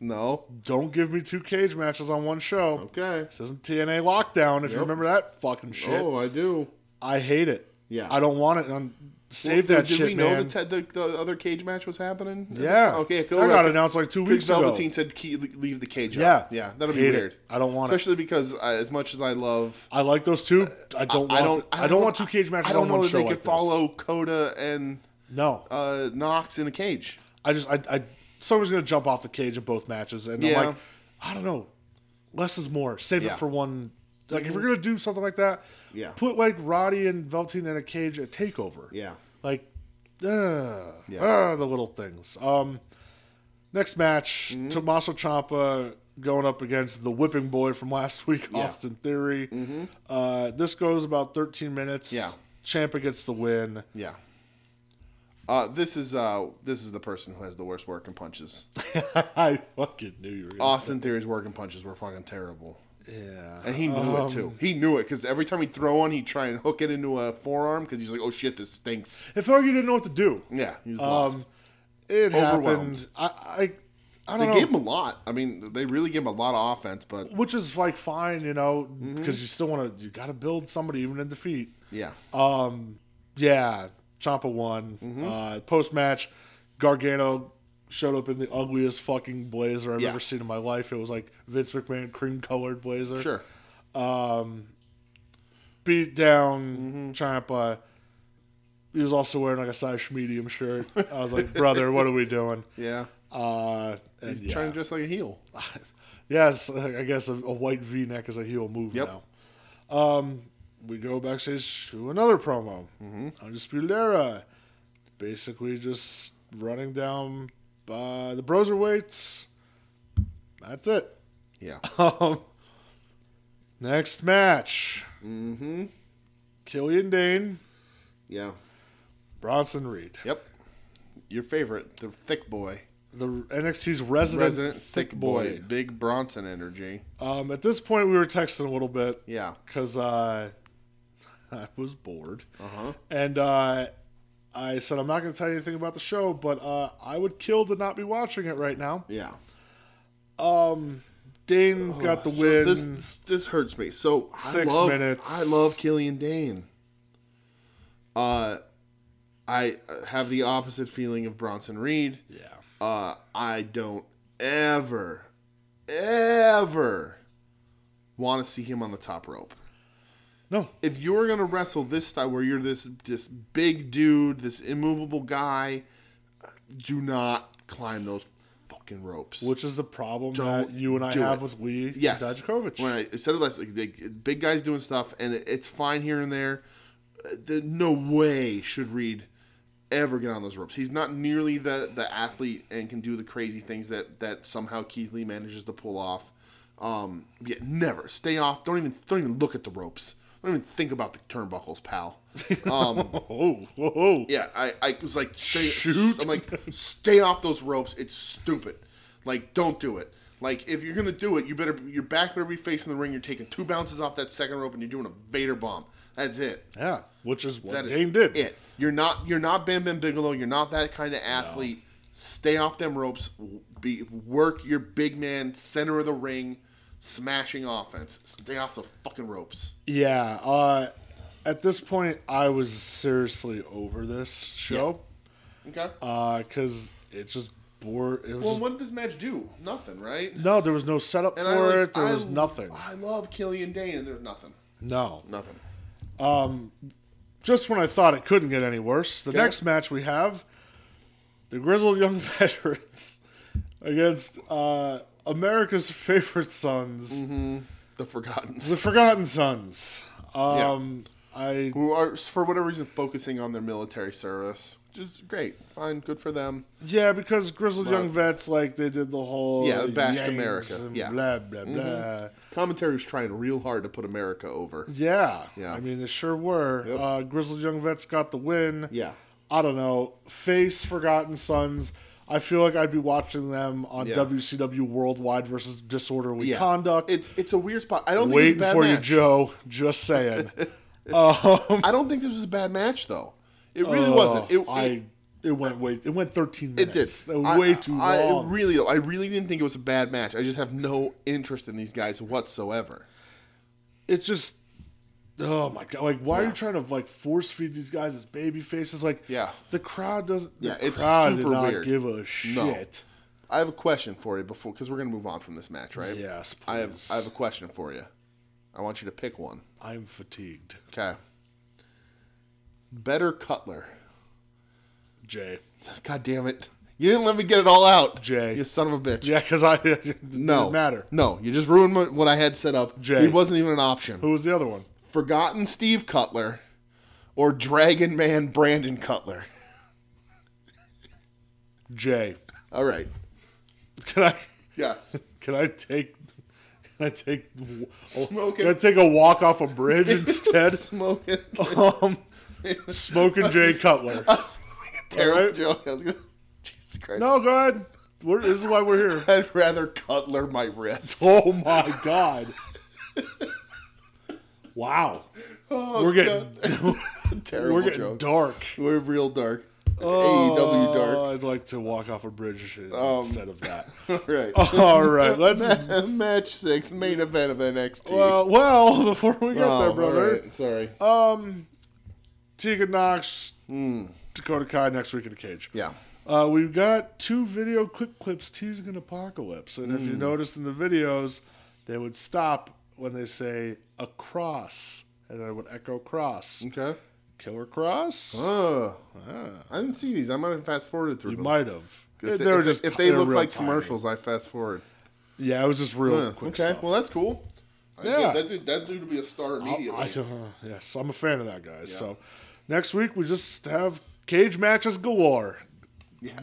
Speaker 1: No,
Speaker 2: Don't give me two cage matches on one show.
Speaker 1: okay.
Speaker 2: This isn't TNA Lockdown, if you remember that fucking shit.
Speaker 1: Oh, I do.
Speaker 2: I hate it.
Speaker 1: Yeah.
Speaker 2: I don't want it. Um, save
Speaker 1: Well,
Speaker 2: that
Speaker 1: did
Speaker 2: shit,
Speaker 1: we know
Speaker 2: man.
Speaker 1: The, te- the the other cage match was happening?
Speaker 2: yeah.
Speaker 1: Okay.
Speaker 2: That
Speaker 1: Cool.
Speaker 2: got announced like two
Speaker 1: Because
Speaker 2: weeks ago.
Speaker 1: Velveteen said key, leave the cage.
Speaker 2: Yeah.
Speaker 1: Up. Yeah. That'll be
Speaker 2: Hate it.
Speaker 1: weird.
Speaker 2: I don't want it.
Speaker 1: Especially because uh, as much as I love
Speaker 2: I like those two. I don't.
Speaker 1: Uh, I
Speaker 2: want,
Speaker 1: don't.
Speaker 2: I don't, want two cage matches
Speaker 1: I don't
Speaker 2: on
Speaker 1: know
Speaker 2: one
Speaker 1: that
Speaker 2: show
Speaker 1: they could
Speaker 2: like this.
Speaker 1: follow Coda and
Speaker 2: No,
Speaker 1: uh, Knox in a cage.
Speaker 2: I just. I. I someone's gonna jump off the cage in both matches, and
Speaker 1: Yeah.
Speaker 2: I'm like, I don't know. Less is more. Save
Speaker 1: Yeah.
Speaker 2: it for one. Like if you're gonna do something like that,
Speaker 1: Yeah.
Speaker 2: Put like Roddy and Velveteen in a cage at Takeover.
Speaker 1: Yeah.
Speaker 2: Like, uh,
Speaker 3: Yeah.
Speaker 2: uh, the little things. Um, next match,
Speaker 1: Mm-hmm.
Speaker 2: Tommaso Ciampa going up against the whipping boy from last week, Austin Theory. Uh, this goes about 13 minutes.
Speaker 1: Mm-hmm. Yeah.
Speaker 2: Ciampa gets the win.
Speaker 1: Yeah. Uh, this is uh, this is the person who has the worst work and punches.
Speaker 2: I fucking knew you were going to
Speaker 1: Austin Theory's work and punches were fucking terrible,
Speaker 2: Yeah.
Speaker 1: and he knew it too.
Speaker 2: Um.
Speaker 1: He knew it because every time he'd throw one, he'd try and hook it into a forearm because he's like, "Oh shit, this stinks."
Speaker 2: It felt like you didn't know what to do.
Speaker 1: Yeah, he was
Speaker 2: Um,
Speaker 1: lost.
Speaker 2: it happened.
Speaker 1: Overwhelmed.
Speaker 2: I, I, I
Speaker 1: They
Speaker 2: don't know.
Speaker 1: gave him a lot. I mean, they really gave him a lot of offense, but
Speaker 2: which is like fine, you know, because
Speaker 1: Mm-hmm.
Speaker 2: you still want to, you got to build somebody even in defeat.
Speaker 1: yeah,
Speaker 2: Uh, Yeah, Champa won.
Speaker 1: Mm-hmm.
Speaker 2: Uh, Post match, Gargano showed up in the ugliest fucking blazer I've
Speaker 1: Yeah.
Speaker 2: ever seen in my life. It was like Vince McMahon cream colored blazer.
Speaker 1: sure.
Speaker 2: beat
Speaker 1: Mm-hmm.
Speaker 2: down Champa. He was also wearing like a size medium shirt. I was like, brother, what are we doing?
Speaker 1: Yeah,
Speaker 2: Uh, and
Speaker 1: he's
Speaker 2: yeah.
Speaker 1: trying to dress like a heel.
Speaker 2: yes, I guess a, a white V neck is a heel move
Speaker 1: Yep.
Speaker 2: now. Um, we go backstage to another promo.
Speaker 1: Mm-hmm.
Speaker 2: Undisputed Era, basically just running down uh, the Broser weights. That's it.
Speaker 1: Yeah,
Speaker 2: Um, next match. Mm-hmm. Killian Dane,
Speaker 1: yeah,
Speaker 2: Bronson Reed,
Speaker 1: yep. Your favorite, the thick boy,
Speaker 2: the NXT's resident,
Speaker 1: resident thick boy, big Bronson energy.
Speaker 2: Um, at this point, we were texting a little bit.
Speaker 1: Yeah,
Speaker 2: because uh, I was bored.
Speaker 1: Uh-huh.
Speaker 2: And uh, I said, I'm not going to tell you anything about the show, but uh, I would kill to not be watching it right now.
Speaker 1: yeah.
Speaker 2: Dane got the win.
Speaker 1: So this this hurts me. So
Speaker 2: Six
Speaker 1: I love,
Speaker 2: minutes.
Speaker 1: I love Killian Dane. Uh, I uh, have the opposite feeling of Bronson Reed.
Speaker 2: yeah.
Speaker 1: Uh, I don't ever, ever want to see him on the top rope.
Speaker 2: No.
Speaker 1: If you were gonna wrestle this style, where you're this this big dude, this immovable guy, uh, do not climb those fucking ropes.
Speaker 2: Which is the problem
Speaker 1: Don't
Speaker 2: that you and I
Speaker 1: do
Speaker 2: have
Speaker 1: it.
Speaker 2: with Lee
Speaker 1: Yes,
Speaker 2: Dajkovic.
Speaker 1: When I I said it last, like, they, big guys doing stuff, and it, it's fine here and there. Uh, The, no way should Reed ever get on those ropes. He's not nearly the the athlete and can do the crazy things that that somehow Keith Lee manages to pull off. Um, yeah, never stay off. Don't even don't even look at the ropes. Don't even think about the turnbuckles, pal. Um,
Speaker 2: oh, whoa, whoa.
Speaker 1: yeah, I, I was like, stay,
Speaker 2: Shoot.
Speaker 1: I'm like, stay off those ropes. It's stupid. Like, don't do it. Like, if you're gonna do it, you better your back better be facing the ring. You're taking two bounces off that second rope, and you're doing a Vader bomb. That's it.
Speaker 2: Yeah, which is what
Speaker 1: That is
Speaker 2: Dane did.
Speaker 1: it. You're not you're not Bam Bam Bigelow. You're not that kind of athlete. Stay off them ropes. Be work your big man center of the ring, smashing offense. Stay off the fucking ropes.
Speaker 2: Yeah. Uh, at this point, I was seriously over this show
Speaker 1: Okay.
Speaker 2: because it just bored. It
Speaker 1: well,
Speaker 2: was Uh, just,
Speaker 1: what did this match do? Nothing, right?
Speaker 2: no, there was no setup
Speaker 1: And
Speaker 2: for
Speaker 1: I, like,
Speaker 2: it. There
Speaker 1: I-
Speaker 2: was nothing.
Speaker 1: I love Killian Dane, and there's nothing.
Speaker 2: No.
Speaker 1: Nothing.
Speaker 2: Just when I thought it couldn't get any worse, the
Speaker 1: Okay.
Speaker 2: next match we have the Grizzled Young Veterans against uh, America's favorite sons,
Speaker 1: Mm-hmm. The Forgotten.
Speaker 2: the Forgotten Sons. Um, I
Speaker 1: Who are, for whatever reason, focusing on their military service, which is great. Fine, good for them.
Speaker 2: yeah, because Grizzled Young
Speaker 1: Well-
Speaker 2: Vets like they did the whole
Speaker 1: Yeah, bashed
Speaker 2: Yanks
Speaker 1: America.
Speaker 2: and
Speaker 1: Yeah. Mm-hmm.
Speaker 2: blah blah blah.
Speaker 1: Commentary was trying real hard to put America over.
Speaker 2: Yeah,
Speaker 1: Yeah.
Speaker 2: I mean they sure were.
Speaker 1: Yep.
Speaker 2: Uh, Grizzled Young Vets got the win.
Speaker 1: Yeah.
Speaker 2: I don't know, face Forgotten Sons. I feel like I'd be watching them on
Speaker 1: Yeah.
Speaker 2: WCW Worldwide versus Disorderly
Speaker 1: Yeah.
Speaker 2: Conduct.
Speaker 1: It's it's a weird spot. I don't think
Speaker 2: Waiting
Speaker 1: it's a bad
Speaker 2: for you,
Speaker 1: match.
Speaker 2: Joe. Just saying. um,
Speaker 1: I don't think this was a bad match though. It really wasn't. It,
Speaker 2: I.
Speaker 1: it,
Speaker 2: It, went way. It went thirteen
Speaker 1: it did.
Speaker 2: minutes. It
Speaker 1: I-
Speaker 2: was way too
Speaker 1: I, I
Speaker 2: long.
Speaker 1: really, I really didn't think it was a bad match. I just have no interest in these guys whatsoever.
Speaker 2: it's just. Oh my god! Like, why are you trying to like force feed these guys as baby faces? Like,
Speaker 1: Yeah.
Speaker 2: the crowd doesn't.
Speaker 1: Yeah,
Speaker 2: the
Speaker 1: it's
Speaker 2: crowd did
Speaker 1: super
Speaker 2: not
Speaker 1: weird.
Speaker 2: give a shit.
Speaker 1: I have a question for you before, because we're gonna move on from this match, right?
Speaker 2: Yes,
Speaker 1: I have
Speaker 2: please.
Speaker 1: I have a question for you. I want you to pick one.
Speaker 2: I'm fatigued,
Speaker 1: Okay. Better Cutler.
Speaker 2: Jay.
Speaker 1: God damn it! You didn't let me get it all out,
Speaker 2: Jay.
Speaker 1: You son of a bitch.
Speaker 2: Yeah, because I it
Speaker 1: No
Speaker 2: didn't matter.
Speaker 1: No, you just ruined my, what I had set up.
Speaker 2: Jay.
Speaker 1: It wasn't even an option.
Speaker 2: Who was the other one?
Speaker 1: Forgotten Steve Cutler, or Dragon Man Brandon Cutler.
Speaker 2: Jay,
Speaker 1: All right.
Speaker 2: can I
Speaker 1: Yes.
Speaker 2: can I take can I take w-
Speaker 1: Smoke
Speaker 2: can I
Speaker 1: it.
Speaker 2: take a walk off a bridge instead?
Speaker 1: Smoke it.
Speaker 2: um, smoking Jay Cutler.
Speaker 1: Terrible
Speaker 2: right.
Speaker 1: joke. I was gonna, Jesus Christ.
Speaker 2: No, go ahead. We're, this is why we're here.
Speaker 1: I'd rather cutler my wrist.
Speaker 2: Oh my god! Wow,
Speaker 1: Oh,
Speaker 2: we're getting
Speaker 1: God. terrible
Speaker 2: we're getting
Speaker 1: joke.
Speaker 2: dark.
Speaker 1: we're real dark. E AEW dark. Um.
Speaker 2: Uh, I'd like to walk off a bridge instead of that.
Speaker 1: All right.
Speaker 2: All right, let's.
Speaker 1: Match six, main event of NXT.
Speaker 2: Oh. Well, well, before we get
Speaker 1: Oh,
Speaker 2: there,
Speaker 1: all
Speaker 2: brother, Uh,
Speaker 1: right. Sorry.
Speaker 2: Tegan Knox, Dakota Kai next week in the cage.
Speaker 1: Hmm. yeah.
Speaker 2: Uh, we've got two video quick clips teasing an apocalypse. And if
Speaker 1: Hmm.
Speaker 2: you notice in the videos, they would stop when they say across. And I would echo cross.
Speaker 1: Okay.
Speaker 2: Killer cross?
Speaker 1: Oh, I didn't see these. I might have fast forwarded through
Speaker 2: You
Speaker 1: them.
Speaker 2: might have.
Speaker 1: if they,
Speaker 2: were
Speaker 1: if they-
Speaker 2: just-
Speaker 1: if they
Speaker 2: were
Speaker 1: look
Speaker 2: real
Speaker 1: like
Speaker 2: tiny.
Speaker 1: commercials, I fast forward.
Speaker 2: Yeah, it was just real
Speaker 1: Huh,
Speaker 2: quick
Speaker 1: okay.
Speaker 2: stuff.
Speaker 1: Well, that's cool. I-
Speaker 2: Yeah.
Speaker 1: That dude, that dude would be a star immediately.
Speaker 2: I, uh, yes, I'm a fan of that guy. So next week we just have cage matches galore.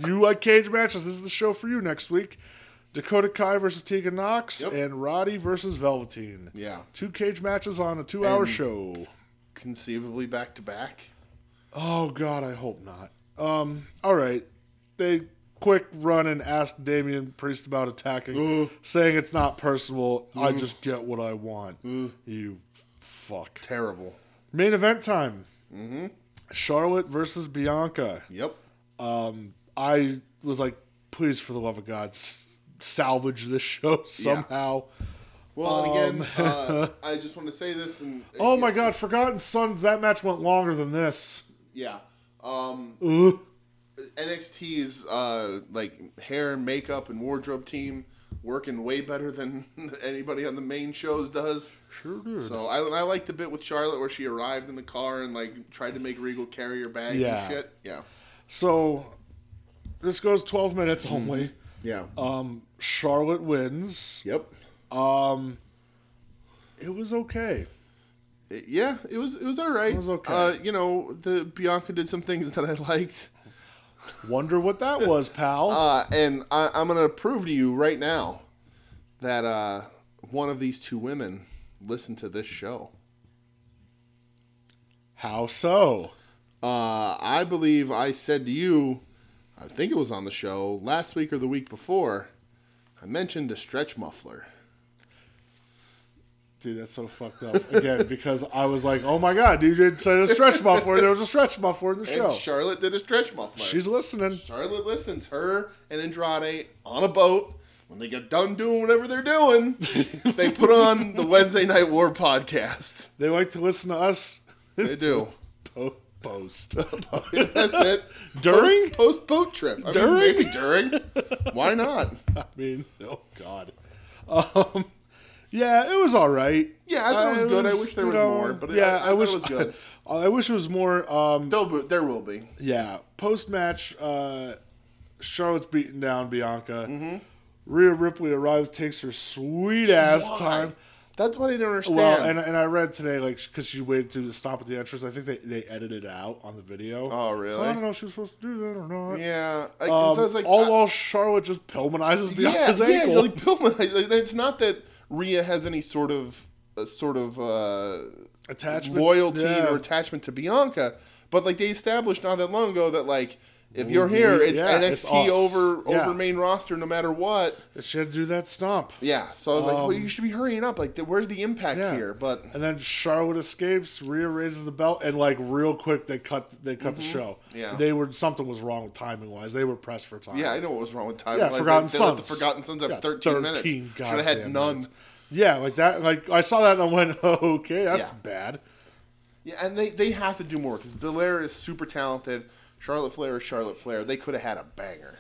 Speaker 2: You like cage matches? This is the show for you next week. Dakota Kai versus Tegan Knox
Speaker 1: Yep.
Speaker 2: and Roddy versus Velveteen.
Speaker 1: Yeah.
Speaker 2: Two cage matches on a two hour show.
Speaker 1: Conceivably back to back.
Speaker 2: Oh God, I hope not. Um, all right. They quick run and ask Damian Priest about attacking, saying it's not personal. I just get what I want. You fuck.
Speaker 1: Terrible.
Speaker 2: Main event time.
Speaker 1: Mm-hmm.
Speaker 2: Charlotte versus Bianca.
Speaker 1: Yep.
Speaker 2: I was like, please, for the love of God, s- salvage this show somehow.
Speaker 1: Well,
Speaker 2: Um,
Speaker 1: and again, uh, I just want to say this, and uh,
Speaker 2: Oh my God, Forgotten Sons. That match went longer than this.
Speaker 1: yeah, um,
Speaker 2: Ugh.
Speaker 1: NXT's uh, like hair and makeup and wardrobe team working way better than anybody on the main shows does.
Speaker 2: Sure did.
Speaker 1: So I, I like the bit with Charlotte where she arrived in the car and like tried to make Regal carry her bags
Speaker 2: Yeah.
Speaker 1: and shit. Yeah,
Speaker 2: So this goes 12 minutes
Speaker 1: Mm-hmm.
Speaker 2: only.
Speaker 1: yeah,
Speaker 2: Um, Charlotte wins.
Speaker 1: yep,
Speaker 2: It was okay.
Speaker 1: It- yeah. It was it was all right. It
Speaker 2: was okay.
Speaker 1: Uh, you know, the Bianca did some things that I liked,
Speaker 2: Wonder what that was, pal.
Speaker 1: uh, and I, I'm gonna prove to you right now that uh, one of these two women listened to this show.
Speaker 2: How so?
Speaker 1: Uh, I believe I said to you, I think it was on the show last week or the week before. I mentioned a stretch muffler.
Speaker 2: Dude, that's so fucked up. Again, because I was like, oh my God, you didn't say a stretch muffler. There was a stretch muffler in the show.
Speaker 1: And Charlotte did a stretch muffler.
Speaker 2: She's listening.
Speaker 1: Charlotte listens. Her and Andrade on a boat. When they get done doing whatever they're doing, they put on the Wednesday Night War podcast.
Speaker 2: They like to listen to us
Speaker 1: They do.
Speaker 2: po- post.
Speaker 1: That's it.
Speaker 2: During?
Speaker 1: Post boat trip. I mean,
Speaker 2: During?
Speaker 1: maybe during. Why not?
Speaker 2: I mean, oh God. Um, yeah, it was all right.
Speaker 1: Yeah, I thought it was good. I wish there
Speaker 2: you
Speaker 1: was more, but I- I thought it
Speaker 2: wish
Speaker 1: was good.
Speaker 2: I wish it was more. Um,
Speaker 1: There'll be- There will be.
Speaker 2: yeah, post match, uh, Charlotte's beating down Bianca.
Speaker 1: Mm-hmm.
Speaker 2: Rhea Ripley arrives, takes her sweet ass
Speaker 1: Why?
Speaker 2: time.
Speaker 1: That's what I didn't understand.
Speaker 2: Well, and, and I read today, like, because she waited to stop at the entrance. I think they, they edited it out on the video.
Speaker 1: Oh,
Speaker 2: So I
Speaker 1: really?
Speaker 2: don't know if she was supposed to do that or not.
Speaker 1: yeah, like,
Speaker 2: Um,
Speaker 1: so I was like,
Speaker 2: all
Speaker 1: I-
Speaker 2: while Charlotte just pilmanizes
Speaker 1: yeah,
Speaker 2: Bianca's
Speaker 1: yeah,
Speaker 2: ankle.
Speaker 1: like Pillman. like, It's not that Rhea has any sort of uh, sort of uh,
Speaker 2: attachment,
Speaker 1: loyalty
Speaker 2: Yeah.
Speaker 1: or attachment to Bianca. But like they established not that long ago that like if you're here, it's
Speaker 2: Mm-hmm. yeah,
Speaker 1: NXT
Speaker 2: it's us.
Speaker 1: over
Speaker 2: Yeah.
Speaker 1: over main roster no matter what.
Speaker 2: she had to do that stomp,
Speaker 1: Yeah. So I was like, well, you should be hurrying up. Like, th- where's the impact
Speaker 2: Um, Yeah.
Speaker 1: here? But
Speaker 2: and then Charlotte escapes. Rhea raises the belt, and like real quick, they cut they cut the show.
Speaker 1: Mm-hmm. Yeah.
Speaker 2: they were something was wrong with timing wise. They were pressed for time.
Speaker 1: yeah, I know what was wrong with time.
Speaker 2: Yeah,
Speaker 1: Like,
Speaker 2: Forgotten
Speaker 1: they, they let the
Speaker 2: Sons.
Speaker 1: Forgotten Sons have
Speaker 2: Yeah,
Speaker 1: 13,
Speaker 2: 13
Speaker 1: minutes. Should have had
Speaker 2: goddamn
Speaker 1: none.
Speaker 2: minutes. yeah, like that. Like I saw that and I went, oh, okay, that's
Speaker 1: Yeah.
Speaker 2: bad.
Speaker 1: Yeah, and they, they have to do more because Belair is super talented. Charlotte Flair is Charlotte Flair. They could have had a banger.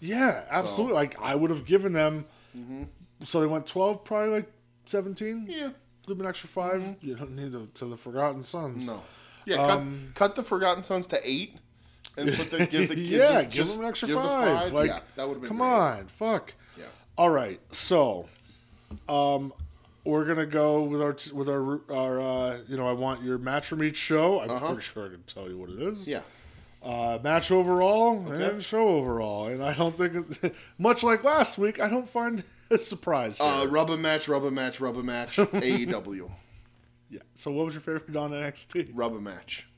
Speaker 2: Yeah, absolutely. Like I would have given them. So they went twelve, probably like seventeen.
Speaker 1: Mm-hmm. Yeah. Mm-hmm.
Speaker 2: give them an extra 5 You don't need to, to the Forgotten Sons.
Speaker 1: No. Yeah,
Speaker 2: Um,
Speaker 1: cut, cut the Forgotten Sons to eight and put the, give the kids
Speaker 2: yeah,
Speaker 1: just,
Speaker 2: give
Speaker 1: just
Speaker 2: them an extra
Speaker 1: give the
Speaker 2: five. Like,
Speaker 1: yeah, that would have been
Speaker 2: come
Speaker 1: great.
Speaker 2: on, fuck.
Speaker 1: Yeah.
Speaker 2: All right, so, um, we're gonna go with our t- with our our uh, you know I want your match from each show. I'm pretty sure I can tell you what it is.
Speaker 1: Uh-huh. Yeah.
Speaker 2: Uh, match overall and show overall, and I don't think it, much like last week. I don't find a surprise. Here.
Speaker 1: Uh, rubber match, rubber match, rubber match. E AEW
Speaker 2: yeah. So, what was your favorite on NXT?
Speaker 1: rubber match.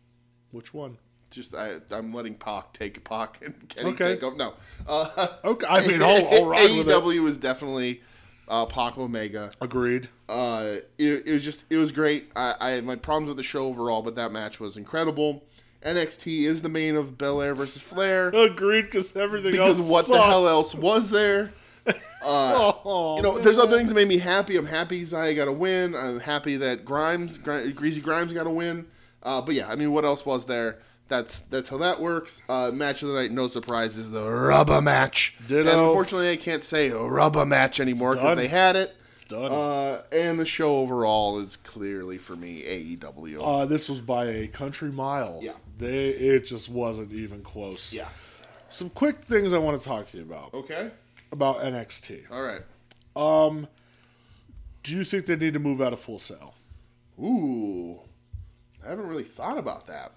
Speaker 2: Which one?
Speaker 1: Just I, I'm letting Pac take Pac and Kenny
Speaker 2: Okay.
Speaker 1: take over. No, uh,
Speaker 2: Okay, I mean, I'll, I'll ride
Speaker 1: E
Speaker 2: with it.
Speaker 1: AEW is definitely uh, Pac Omega.
Speaker 2: Agreed.
Speaker 1: uh, it, it was just it was great. I, I had my problems with the show overall, but that match was incredible. NXT is the main of Bel Air versus Flair
Speaker 2: Agreed, because everything
Speaker 1: because
Speaker 2: else.
Speaker 1: what the
Speaker 2: sucked.
Speaker 1: hell else was there?
Speaker 2: Oh,
Speaker 1: You know, there's other things that made me happy. I'm happy Zaya got a win. I'm happy that Grimes, Gri- Greasy Grimes, got a win. Uh, but yeah, I mean, what else was there? That's that's how that works. Uh, match of the night, no surprise, is the rubber match. And
Speaker 2: Ditto.
Speaker 1: unfortunately, I can't say rubber match anymore because
Speaker 2: done.
Speaker 1: they had it.
Speaker 2: It's done.
Speaker 1: Uh, and the show overall is clearly for me E AEW.
Speaker 2: Uh, this was by a country mile.
Speaker 1: Yeah.
Speaker 2: They it just wasn't even close.
Speaker 1: yeah.
Speaker 2: Some quick things I want to talk to you about
Speaker 1: Okay.
Speaker 2: about NXT.
Speaker 1: All right.
Speaker 2: Um, Do you think they need to move out of full sale?
Speaker 1: Ooh, I haven't really thought about that.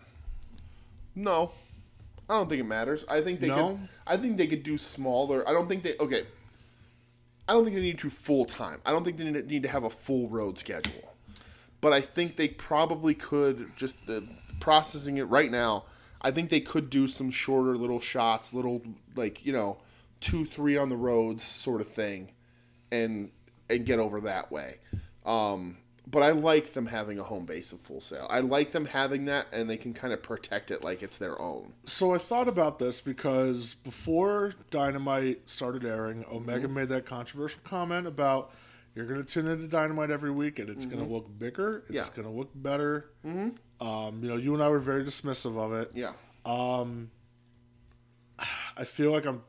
Speaker 1: No, I don't think it matters. I think they could.
Speaker 2: No?
Speaker 1: I think they could do smaller. I don't think they. Okay. I don't think they need to full time. I don't think they need need to have a full road schedule. But I think they probably could just the processing it right now. I think they could do some shorter little shots, little like you know, two three on the roads sort of thing, and and get over that way. Um, but I like them having a home base of full sale. I like them having that, and they can kind of protect it like it's their own.
Speaker 2: So I thought about this because before Dynamite started airing, Omega
Speaker 1: Mm-hmm.
Speaker 2: made that controversial comment about you're going to tune into Dynamite every week and it's going to look bigger, it's
Speaker 1: Mm-hmm. Yeah.
Speaker 2: going to look better. Mm-hmm. Um, you know, you and I were very dismissive of it.
Speaker 1: Yeah.
Speaker 2: I feel like I'm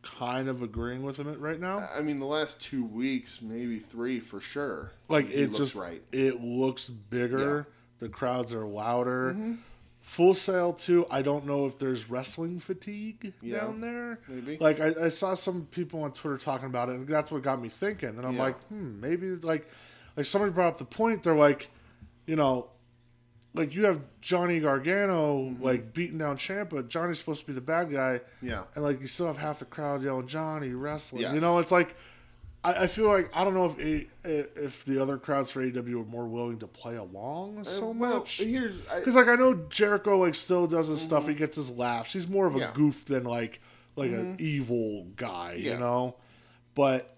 Speaker 2: kind of agreeing with him right now.
Speaker 1: I mean, the last two weeks, maybe three for sure.
Speaker 2: like
Speaker 1: He
Speaker 2: it
Speaker 1: looks
Speaker 2: just
Speaker 1: right.
Speaker 2: it looks bigger the crowds are louder full sail too i don't know if there's wrestling fatigue
Speaker 1: Yeah,
Speaker 2: down there
Speaker 1: maybe.
Speaker 2: like I, I saw some people on twitter talking about it and that's what got me thinking and i'm
Speaker 1: Yeah.
Speaker 2: like hmm maybe like like somebody brought up the point they're like you know like you have johnny gargano like beating down champa johnny's supposed to be the bad guy
Speaker 1: Mm-hmm. Yeah.
Speaker 2: and like you still have half the crowd yelling johnny wrestling you
Speaker 1: Yes.
Speaker 2: know it's like I, I feel like I don't know if A, if the other crowds for AEW are more willing to play along so
Speaker 1: Uh, Well,
Speaker 2: much.
Speaker 1: here's I,
Speaker 2: Because like I know Jericho like still does his stuff. He gets his laughs. He's more of a
Speaker 1: Mm-hmm. Yeah. Mm-hmm.
Speaker 2: goof than like like an evil guy,
Speaker 1: Yeah.
Speaker 2: you know. But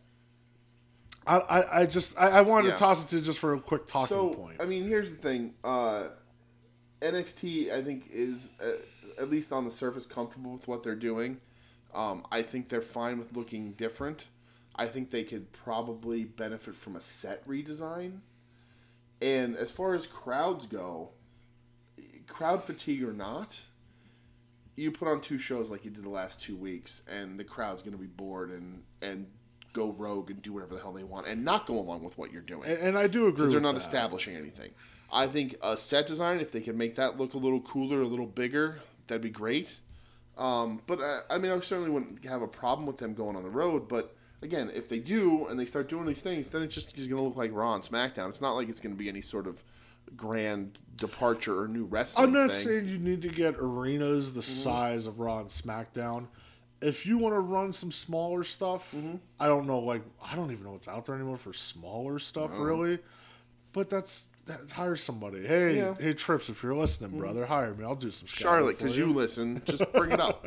Speaker 2: I I, I just I, I wanted
Speaker 1: Yeah.
Speaker 2: to toss it to just for a quick talking
Speaker 1: so
Speaker 2: point.
Speaker 1: I mean, here's the thing. Uh, NXT, I think, is uh, at least on the surface comfortable with what they're doing. Um, I think they're fine with looking different. I think they could probably benefit from a set redesign. And as far as crowds go, crowd fatigue or not, you put on two shows like you did the last two weeks, and the crowd's going to be bored and and go rogue and do whatever the hell they want, and not go along with what you're doing
Speaker 2: and, and I do agree.
Speaker 1: because they're
Speaker 2: with
Speaker 1: not
Speaker 2: that.
Speaker 1: establishing anything. I think a set design, if they can make that look a little cooler, a little bigger, that'd be great. Um, but I, I mean, I certainly wouldn't have a problem with them going on the road. But again, if they do and they start doing these things, then it's just going to look like Raw and SmackDown. It's not like it's going to be any sort of grand departure or new wrestling.
Speaker 2: I'm not
Speaker 1: thing. Mm-hmm.
Speaker 2: saying you need to get arenas the size of Raw and SmackDown. If you want to run some smaller stuff,
Speaker 1: Mm-hmm.
Speaker 2: I don't know. Like I don't even know what's out there anymore for smaller stuff, really. But that's, that's hire somebody. Hey,
Speaker 1: Yeah. Mm-hmm.
Speaker 2: hey, Trips, if you're listening, brother, hire me. I'll do some. scouting
Speaker 1: Charlotte,
Speaker 2: for
Speaker 1: because you listen, just bring it up.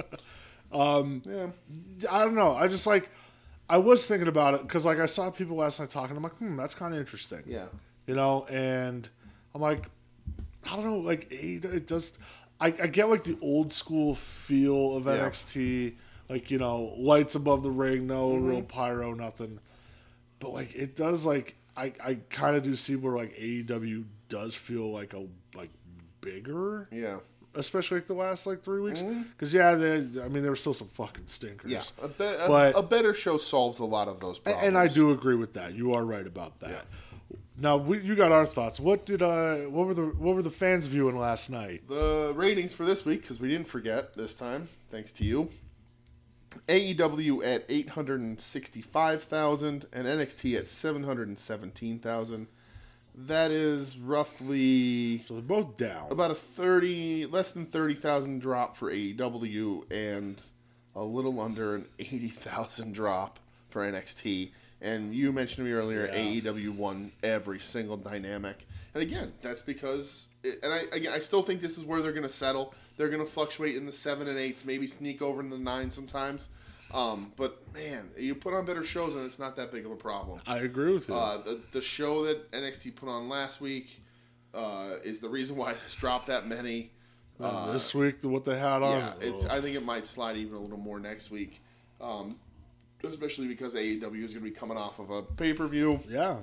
Speaker 1: Um, yeah,
Speaker 2: I don't know. I just like. I was thinking about it because like I saw people last night talking. I'm like, hmm, that's kind of interesting.
Speaker 1: Yeah.
Speaker 2: You know, and I'm like, I don't know. Like it it does. I, I get like the old school feel of NXT, like you know, lights above the ring, no
Speaker 1: Mm-hmm.
Speaker 2: real pyro, nothing. But like it does, like I, I kind of do see where like AEW does feel like a like bigger
Speaker 1: yeah, Mm-hmm.
Speaker 2: especially like the last like three weeks. Because yeah, they, I mean there were still some fucking stinkers.
Speaker 1: yeah. A, be- a,
Speaker 2: But-
Speaker 1: a better show solves a lot of those problems.
Speaker 2: and I do agree with that. You are right about that. Now we, you got our thoughts. What did uh what were the what were the fans viewing last night?
Speaker 1: the ratings for this week because we didn't forget this time, thanks to you. AEW at eight hundred and sixty-five thousand and NXT at seven hundred and seventeen thousand. That is roughly
Speaker 2: So they're both down.
Speaker 1: about a thirty, less than thirty thousand drop for AEW, and a little under an eighty thousand drop for NXT. And you mentioned to me earlier,
Speaker 2: Yeah.
Speaker 1: AEW won every single dynamic. And again, that's because, and I again, I still think this is where they're going to settle. They're going to fluctuate in the seven and eights, maybe sneak over in the nine sometimes. Um, but man, you put on better shows, and it's not that big of a problem.
Speaker 2: I agree with you.
Speaker 1: Uh, the, the show that NXT put on last week uh, is the reason why this dropped that many.
Speaker 2: And Uh, this week, what they had on. Uh,
Speaker 1: Yeah, it's. I think it might slide even a little more next week, um, especially because AEW is going to be coming off of a pay per view.
Speaker 2: yeah.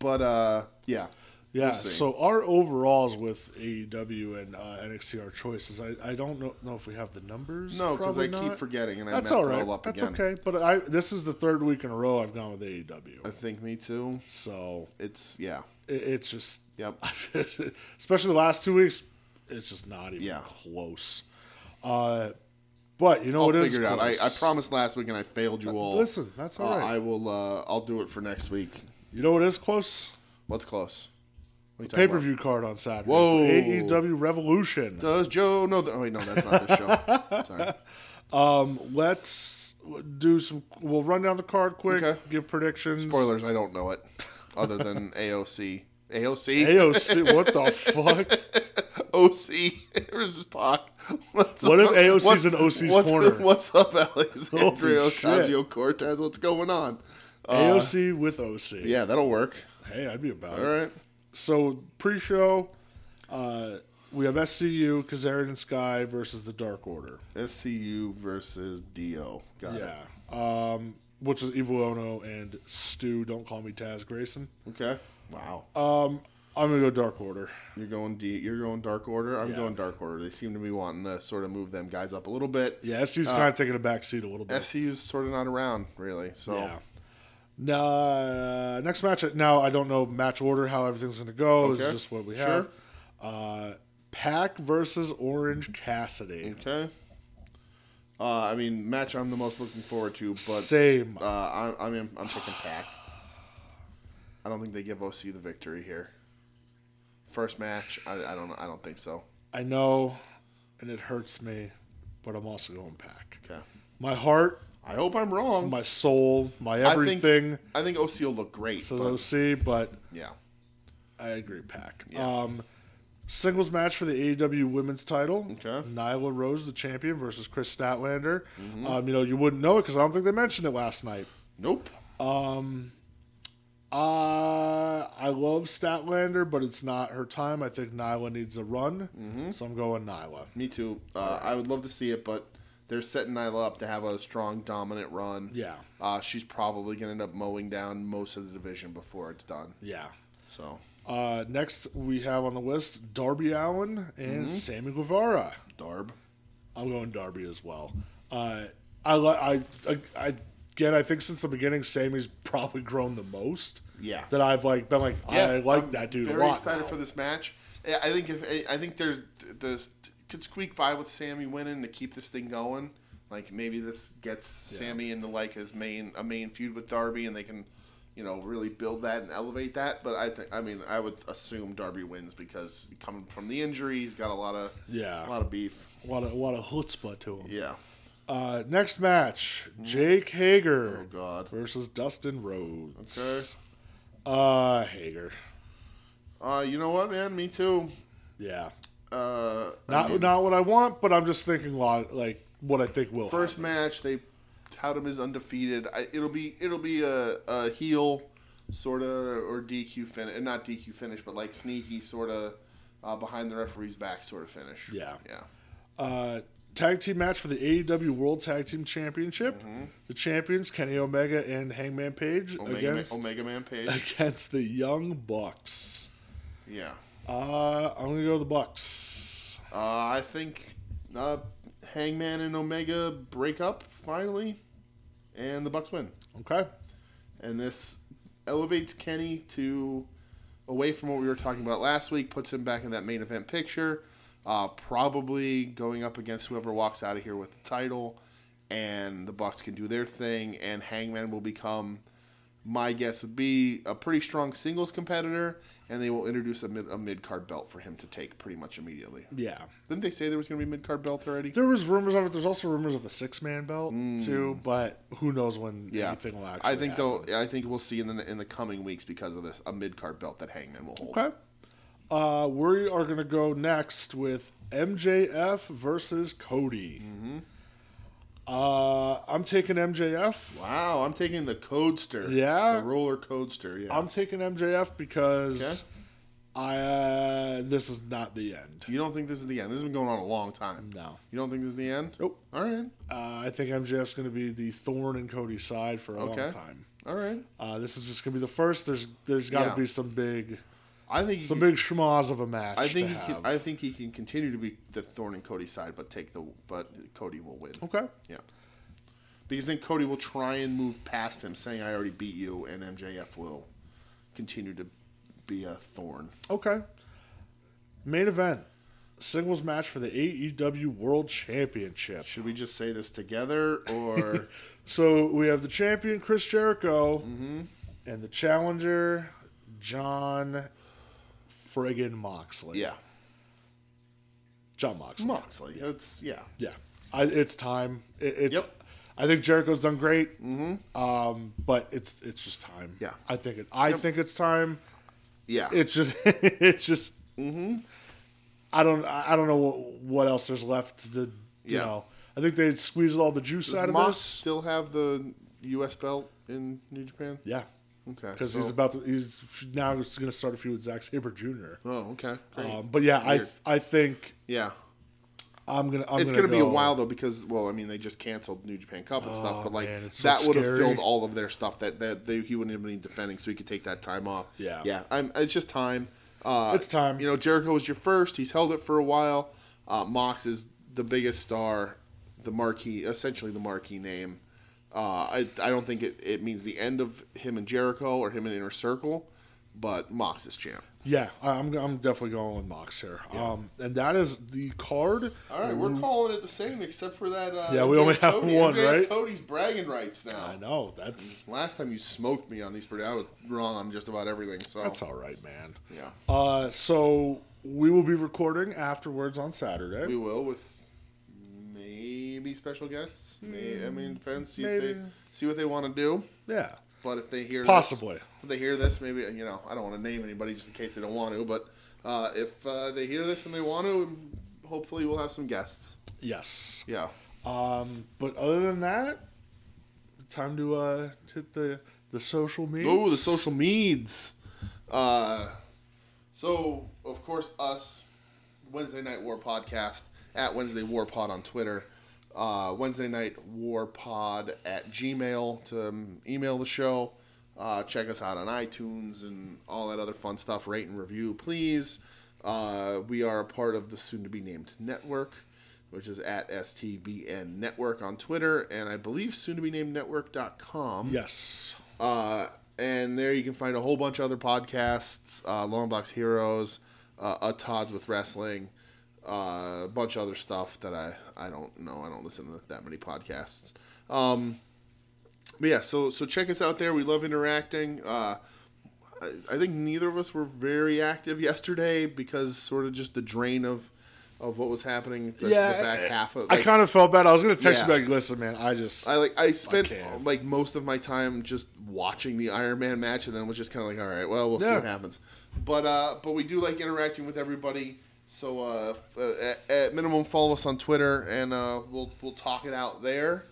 Speaker 1: But uh, yeah,
Speaker 2: Yeah,
Speaker 1: We'll see.
Speaker 2: so our overalls with AEW and uh, NXT are choices. I, I don't know, know if we have the numbers.
Speaker 1: no, because I
Speaker 2: Probably
Speaker 1: keep
Speaker 2: not.
Speaker 1: forgetting and I
Speaker 2: That's
Speaker 1: messed
Speaker 2: all right.
Speaker 1: it all up
Speaker 2: That's
Speaker 1: again.
Speaker 2: okay. But I this is the third week in a row I've gone with
Speaker 1: I
Speaker 2: AEW.
Speaker 1: think me too.
Speaker 2: So
Speaker 1: It's yeah,
Speaker 2: it, it's just
Speaker 1: Yep.
Speaker 2: especially the last two weeks, it's just not even
Speaker 1: Yeah.
Speaker 2: close. Uh, but you know what
Speaker 1: I'll
Speaker 2: is
Speaker 1: figure it out. I, I
Speaker 2: close?
Speaker 1: promised last week and I failed you all.
Speaker 2: Listen, that's
Speaker 1: uh,
Speaker 2: all right.
Speaker 1: I will. Uh, I'll do it for next week.
Speaker 2: you know what is close?
Speaker 1: What's close? What are you talking
Speaker 2: Pay
Speaker 1: about?
Speaker 2: per view card on Saturday.
Speaker 1: Whoa.
Speaker 2: for AEW Revolution.
Speaker 1: Does Joe know that? Oh wait, no, that's not the show. Sorry.
Speaker 2: Let's do some. We'll run down the card quick.
Speaker 1: Okay.
Speaker 2: Give predictions.
Speaker 1: Spoilers. I don't know it, other than AOC. AOC.
Speaker 2: AOC. What the
Speaker 1: Uh,
Speaker 2: fuck?
Speaker 1: OC. versus Pac. What's
Speaker 2: What if
Speaker 1: up?
Speaker 2: AOC's
Speaker 1: What-
Speaker 2: in OC's
Speaker 1: what's,
Speaker 2: corner?
Speaker 1: What's up, Alexandria
Speaker 2: Holy shit.
Speaker 1: Ocasio Cortez? What's going on?
Speaker 2: AOC with OC.
Speaker 1: Yeah, that'll work.
Speaker 2: Hey, I'd be about
Speaker 1: All
Speaker 2: it.
Speaker 1: right.
Speaker 2: So pre-show, uh, we have SCU, Kazarian and Sky versus the Dark Order.
Speaker 1: SCU versus Dio. Got it.
Speaker 2: Yeah. Um, which is Evil Ono and Stu. Don't call me Taz Grayson.
Speaker 1: Okay. Wow.
Speaker 2: Uh, I'm gonna go Dark Order.
Speaker 1: you're going D. You're going Dark Order. I'm
Speaker 2: Yeah.
Speaker 1: going Dark Order. They seem to be wanting to sort of move them guys up a little bit.
Speaker 2: Yeah, SCU's
Speaker 1: uh,
Speaker 2: kind of taking a back seat a little bit.
Speaker 1: SCU's sort of not around really. So.
Speaker 2: Yeah. Nah, next match. Now I don't know match order how everything's gonna go. It's
Speaker 1: Okay.
Speaker 2: just what we
Speaker 1: Sure.
Speaker 2: have. Uh, Pack versus Orange Cassidy.
Speaker 1: Okay. Uh, I mean, match I'm the most looking forward to, but
Speaker 2: Same.
Speaker 1: uh, I, I mean, I'm picking Pack. I don't think they give OC the victory here. First match, I, I don't know. I don't think so.
Speaker 2: I know, and it hurts me, but I'm also going Pack.
Speaker 1: Okay.
Speaker 2: My heart,
Speaker 1: I hope I'm wrong.
Speaker 2: my soul, my
Speaker 1: Oh. I think
Speaker 2: everything
Speaker 1: I think OC will look great.
Speaker 2: says
Speaker 1: but-
Speaker 2: OC, but
Speaker 1: yeah.
Speaker 2: I agree, Pack.
Speaker 1: Yeah.
Speaker 2: Um, singles match for the AEW Women's Title.
Speaker 1: Okay. Mm-hmm.
Speaker 2: Nyla Rose, the champion, versus Chris Statlander. Um, you know, you wouldn't know it because I don't think they mentioned it last night.
Speaker 1: Nope.
Speaker 2: Uh, I love Statlander, but it's not her time. I think Nyla needs a run,
Speaker 1: Mm-hmm.
Speaker 2: so I'm going Nyla.
Speaker 1: Me too. Uh, I would love to see it, but they're setting Nyla up to have a strong, dominant run.
Speaker 2: Yeah,
Speaker 1: Uh, she's probably going to end up mowing down most of the division before it's done.
Speaker 2: yeah.
Speaker 1: So
Speaker 2: Uh, next we have on the list Darby Allen
Speaker 1: Mm-hmm.
Speaker 2: and Sammy Guevara.
Speaker 1: Darb.
Speaker 2: I'm going Darby as well. Uh, I, li- I, I, I, again, I think since the beginning, Sammy's probably grown the most.
Speaker 1: Yeah.
Speaker 2: That I've like been like, I like
Speaker 1: I'm
Speaker 2: that dude
Speaker 1: Very
Speaker 2: a lot.
Speaker 1: excited
Speaker 2: now.
Speaker 1: for this match. I- I think if I think there's the could squeak by with Sammy winning to keep this thing going. Like maybe this gets Sammy into like his main a main feud with Darby, and they can you know really build that and elevate that. But I think I mean I would assume Darby wins because coming from the injury, he's got a lot of
Speaker 2: Yeah.
Speaker 1: a lot of beef.
Speaker 2: a lot of, a lot of chutzpah to him.
Speaker 1: Yeah.
Speaker 2: Uh, next match, Jake Hager
Speaker 1: Oh God.
Speaker 2: versus Dustin Rhodes.
Speaker 1: Okay.
Speaker 2: Uh, Hager.
Speaker 1: Uh, you know what, man? Me too.
Speaker 2: Yeah.
Speaker 1: Uh, I
Speaker 2: Not
Speaker 1: mean-
Speaker 2: not what I want, but I'm just thinking a lot like what I think will.
Speaker 1: First match, they tout him as undefeated. I, it'll be it'll be a, a heel sort of or DQ finish, not DQ finish, but like sneaky sort of uh, behind the referee's back sort of finish.
Speaker 2: Yeah.
Speaker 1: yeah.
Speaker 2: uh, tag team match for the AEW World Tag Team Championship.
Speaker 1: Mm-hmm.
Speaker 2: The champions Kenny Omega and Hangman Page
Speaker 1: Omega,
Speaker 2: against
Speaker 1: Man, Omega Man Page.
Speaker 2: against the Young Bucks.
Speaker 1: yeah,
Speaker 2: Uh, I'm gonna go with the Bucks.
Speaker 1: uh, I think uh, Hangman and Omega break up finally, and the Bucks win.
Speaker 2: Okay.
Speaker 1: and this elevates Kenny to away from what we were talking about last week, puts him back in that main event picture, uh, probably going up against whoever walks out of here with the title, and the Bucks can do their thing, and Hangman will become My guess would be a pretty strong singles competitor, and they will introduce a mid a mid card belt for him to take pretty much immediately.
Speaker 2: Yeah.
Speaker 1: Didn't they say there was going to be mid card belt already?
Speaker 2: There was rumors of it. There's also rumors of a six man belt too, but who knows when
Speaker 1: Mm. Yeah,
Speaker 2: anything will actually.
Speaker 1: I think
Speaker 2: happen.
Speaker 1: they'll. I think we'll see in the in the coming weeks because of this a mid card belt that Hangman will hold.
Speaker 2: Okay. Uh, we are going to go next with MJF versus Cody.
Speaker 1: Mm-hmm.
Speaker 2: Uh, I'm taking MJF.
Speaker 1: Wow, I'm taking the Codester.
Speaker 2: Yeah?
Speaker 1: the roller Codester. Yeah,
Speaker 2: I'm taking MJF because I uh, this is not the end.
Speaker 1: you don't think this is the end? This has been going on a long time.
Speaker 2: No.
Speaker 1: you don't think this is the end?
Speaker 2: Nope.
Speaker 1: All right,
Speaker 2: Uh, I think MJF's going to be the thorn in Cody's side for a
Speaker 1: Okay.
Speaker 2: long time.
Speaker 1: all right.
Speaker 2: Uh, this is just going to be the first. There's there's got to
Speaker 1: Yeah.
Speaker 2: be some big
Speaker 1: I think.
Speaker 2: some
Speaker 1: He,
Speaker 2: big schmoz of a match.
Speaker 1: I think
Speaker 2: to
Speaker 1: he
Speaker 2: have.
Speaker 1: can. I think he can continue to be the thorn in Cody's side, but take the. But Cody will win.
Speaker 2: okay.
Speaker 1: Yeah. Because then Cody will try and move past him, saying, I already beat you, and MJF will continue to be a thorn.
Speaker 2: Okay. Main event. Singles match for the AEW World Championship.
Speaker 1: Should we just say this together, or.
Speaker 2: So we have the champion Chris Jericho
Speaker 1: Mm-hmm.
Speaker 2: and the challenger John friggin' Moxley.
Speaker 1: yeah.
Speaker 2: John Moxley.
Speaker 1: Moxley. It's, yeah.
Speaker 2: yeah, I, it's time. It, it's.
Speaker 1: Yep.
Speaker 2: I think Jericho's done great. Mm-hmm. Um, but it's it's just time.
Speaker 1: Yeah.
Speaker 2: I think it. I think it's time.
Speaker 1: Yeah. Mm-hmm.
Speaker 2: It's just it's just. I don't I I don't know what, what else there's left to you
Speaker 1: Yeah.
Speaker 2: know. I think they squeezed all the juice out
Speaker 1: Does
Speaker 2: of
Speaker 1: Mox
Speaker 2: this.
Speaker 1: still have the U.S. belt in New Japan?
Speaker 2: Yeah,
Speaker 1: Okay.
Speaker 2: because
Speaker 1: so-
Speaker 2: he's about to he's f- now he's going to start a feud with Zack Saber Jr.
Speaker 1: Oh, okay. Great.
Speaker 2: Um, but yeah, I
Speaker 1: Weird.
Speaker 2: I think
Speaker 1: yeah.
Speaker 2: I'm gonna. I'm
Speaker 1: It's
Speaker 2: gonna,
Speaker 1: going to be a
Speaker 2: go- Oh,
Speaker 1: while, though, because, well, I mean, they just canceled New Japan Cup and stuff, but, like,
Speaker 2: man, it's so
Speaker 1: that would have
Speaker 2: scary.
Speaker 1: filled all of their stuff that, that they, he wouldn't have been defending, so he could take that time off.
Speaker 2: Yeah.
Speaker 1: Yeah. I'm, it's just time. Uh,
Speaker 2: It's time.
Speaker 1: You know, Jericho was your first. He's held it for a while. Uh, Mox is the biggest star, the marquee, essentially the marquee name. Uh, I, I don't think it, it means the end of him and Jericho or him and Inner Circle, but Mox is champ.
Speaker 2: Yeah, I- I'm I'm definitely going with Mox here. Um, and that is the card.
Speaker 1: All right, we're calling it the same except for that. Uh,
Speaker 2: Um, Yeah, we only have one, right?
Speaker 1: Cody's bragging rights now.
Speaker 2: I know that's
Speaker 1: Last time you smoked me on these, pretty I was wrong on just about everything. So
Speaker 2: that's all right, man.
Speaker 1: yeah,
Speaker 2: Uh, so we will be recording afterwards on Saturday.
Speaker 1: we will with maybe special guests. May, I mean, depends. See if they
Speaker 2: Hmm, Maybe.
Speaker 1: see what they want to do.
Speaker 2: yeah,
Speaker 1: But if they hear
Speaker 2: Possibly.
Speaker 1: this, if they hear this, maybe you know I don't want to name anybody just in case they don't want to. But uh, if uh, they hear this and they want to, hopefully we'll have some guests.
Speaker 2: yes.
Speaker 1: Yeah,
Speaker 2: Um, but other than that, time to uh hit the the social media.
Speaker 1: Oh, the social meds. Uh, so, of course, us, Wednesday Night War Podcast, at Wednesday War Pod on Twitter, uh, Wednesday Night War Pod at Gmail to um, email the show. Uh, check us out on iTunes and all that other fun stuff. Rate and review, please. Uh, we are a part of the soon to be named network, which is at STBN Network on Twitter, and I believe soon to be named network.com.
Speaker 2: Yes.
Speaker 1: Uh, and there you can find a whole bunch of other podcasts, uh, Long Box Heroes, uh, A Todd's with Wrestling, uh, a bunch of other stuff that I, I don't know. I don't listen to that many podcasts. Um, but yeah, so so check us out there. We love interacting. Uh, I, I think neither of us were very active yesterday because sort of just the drain of of what was happening especially
Speaker 2: Yeah,
Speaker 1: the back half of
Speaker 2: I kind of felt bad. I was gonna text
Speaker 1: Yeah.
Speaker 2: you back. Listen, man, I just
Speaker 1: I like I spent
Speaker 2: can.
Speaker 1: like most of my time just watching the Iron Man match, and then was just kind of like, all right, well, we'll see
Speaker 2: Yeah.
Speaker 1: what happens. But uh, but we do like interacting with everybody. So uh, f- uh, at, at minimum, follow us on Twitter, and uh, we'll we'll talk it out there.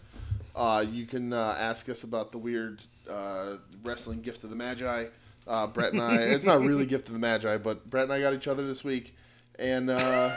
Speaker 1: Uh, you can uh, ask us about the weird uh, wrestling gift of the Magi. Uh, Brett and I, it's not really gift of the Magi, but Brett and I got each other this week, and. Uh,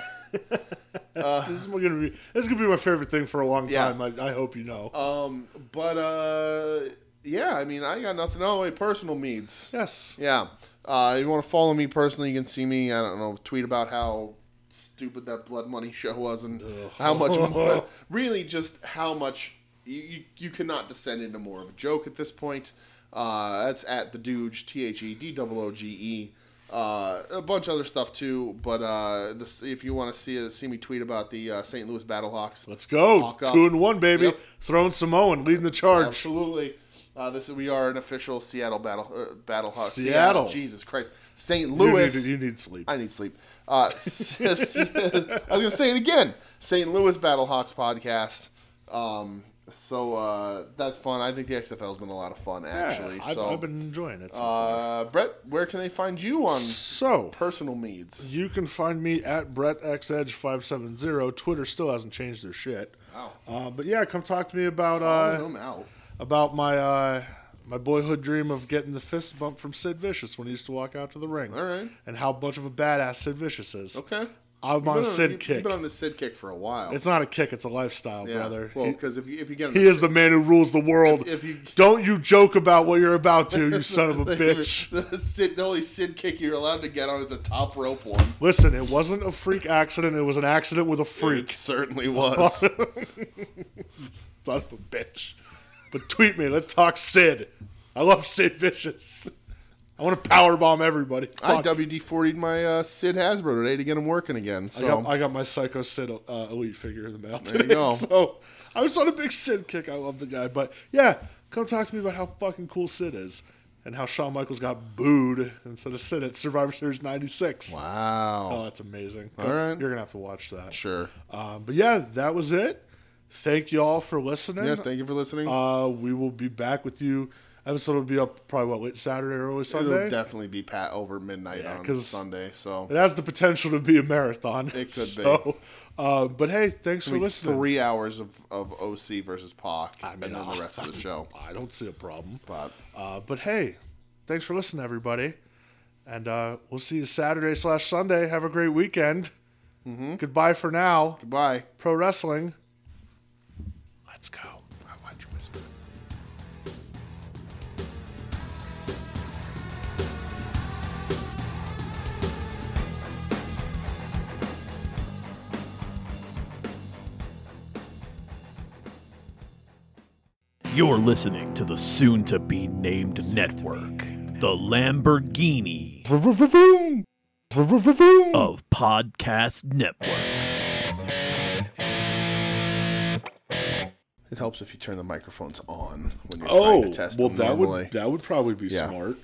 Speaker 2: uh, this is gonna be this is gonna be my favorite thing for a long
Speaker 1: Yeah.
Speaker 2: time. I, I hope you know.
Speaker 1: Um, but uh, yeah, I mean, I got nothing. Oh, wait, personal needs.
Speaker 2: yes.
Speaker 1: Yeah. Uh, you want to follow me personally? You can see me. I don't know. Tweet about how stupid that Blood Money show was, and how much more. Really, just how much you, you you cannot descend into more of a joke at this point. Uh, that's at the Dooge T H E D double O G E. Uh, a bunch of other stuff too, but uh, this, if you want to see uh, see me tweet about the uh, St. Louis Battlehawks,
Speaker 2: Let's go.
Speaker 1: Lock up.
Speaker 2: Two and one, baby.
Speaker 1: Yep.
Speaker 2: Throwing Samoan, leading the charge.
Speaker 1: Absolutely. Uh, this we are an official Seattle battle uh, battle hawk.
Speaker 2: Seattle.
Speaker 1: Jesus Christ, St.
Speaker 2: You
Speaker 1: Louis.
Speaker 2: need, you need sleep.
Speaker 1: I need sleep. Uh, s- s- I was going to say it again. St. Louis Battlehawks podcast. Um, so uh, that's fun. I think the XFL has been a lot of fun, actually.
Speaker 2: Yeah, I've,
Speaker 1: so,
Speaker 2: I've been enjoying it. So, far.
Speaker 1: uh, Brett, where can they find you on
Speaker 2: so
Speaker 1: personal meads?
Speaker 2: you can find me at BrettXEdge570. Twitter still hasn't changed their shit.
Speaker 1: Wow.
Speaker 2: Uh, but yeah, come talk to me about
Speaker 1: Oh,
Speaker 2: uh,
Speaker 1: no, I'm out.
Speaker 2: about my uh, my boyhood dream of getting the fist bump from Sid Vicious when he used to walk out to the ring.
Speaker 1: All right.
Speaker 2: And how much of a badass Sid Vicious is.
Speaker 1: Okay.
Speaker 2: I'm on a
Speaker 1: You've been
Speaker 2: Sid
Speaker 1: you've-
Speaker 2: kick.
Speaker 1: You've been on the Sid kick for a while.
Speaker 2: It's not a kick; it's a lifestyle,
Speaker 1: yeah.
Speaker 2: brother.
Speaker 1: Well,
Speaker 2: he,
Speaker 1: because if you, if you get on
Speaker 2: he
Speaker 1: the-
Speaker 2: is the man who rules the world.
Speaker 1: If you-
Speaker 2: Don't you joke about what you're about to, you son of a bitch.
Speaker 1: The, Sid, the only Sid kick you're allowed to get on is a top rope one.
Speaker 2: Listen, it wasn't a freak accident; it was an accident with a freak.
Speaker 1: It certainly was.
Speaker 2: son of a bitch. But tweet me. Let's talk Sid. I love Sid Vicious. I want to power bomb everybody.
Speaker 1: I
Speaker 2: Fuck.
Speaker 1: WD 40'd my uh, Sid Hasbro today to get him working again.
Speaker 2: I got,
Speaker 1: So
Speaker 2: I got my Psycho Sid uh, Elite figure in the mail
Speaker 1: you
Speaker 2: today.
Speaker 1: go.
Speaker 2: So I was on a big Sid kick. I love the guy. But yeah, come talk to me about how fucking cool Sid is and how Shawn Michaels got booed instead of Sid at Survivor Series 96.
Speaker 1: wow,
Speaker 2: Oh, that's amazing.
Speaker 1: All right.
Speaker 2: You're going to have to watch that.
Speaker 1: sure.
Speaker 2: Um, but yeah, that was it. Thank you all for listening.
Speaker 1: Yeah, thank you for listening.
Speaker 2: Uh, we will be back with you. Episode will be up probably what late Saturday or early
Speaker 1: It'll
Speaker 2: Sunday.
Speaker 1: definitely be pat over midnight
Speaker 2: Yeah,
Speaker 1: on
Speaker 2: 'cause-
Speaker 1: Sunday. So
Speaker 2: it has the potential to be a marathon.
Speaker 1: It could
Speaker 2: so, Uh, but hey, thanks for
Speaker 1: It'll be
Speaker 2: listening.
Speaker 1: three hours of, of OC versus Pac,
Speaker 2: mean,
Speaker 1: and then
Speaker 2: uh,
Speaker 1: the rest of the show.
Speaker 2: I don't see a problem.
Speaker 1: But
Speaker 2: Uh, but hey, thanks for listening, everybody, and uh, we'll see you Saturday slash Sunday. Have a great weekend.
Speaker 1: Mm-hmm.
Speaker 2: Goodbye for now.
Speaker 1: goodbye.
Speaker 2: Pro wrestling. Let's go.
Speaker 1: I watch you whisper.
Speaker 3: You're listening to the soon to be named network, the Lamborghini of Podcast Networks.
Speaker 1: It helps if you turn the microphones on when you're trying
Speaker 2: Oh,
Speaker 1: to test
Speaker 2: well,
Speaker 1: them
Speaker 2: that
Speaker 1: normally.
Speaker 2: would that would probably be
Speaker 1: Yeah.
Speaker 2: smart.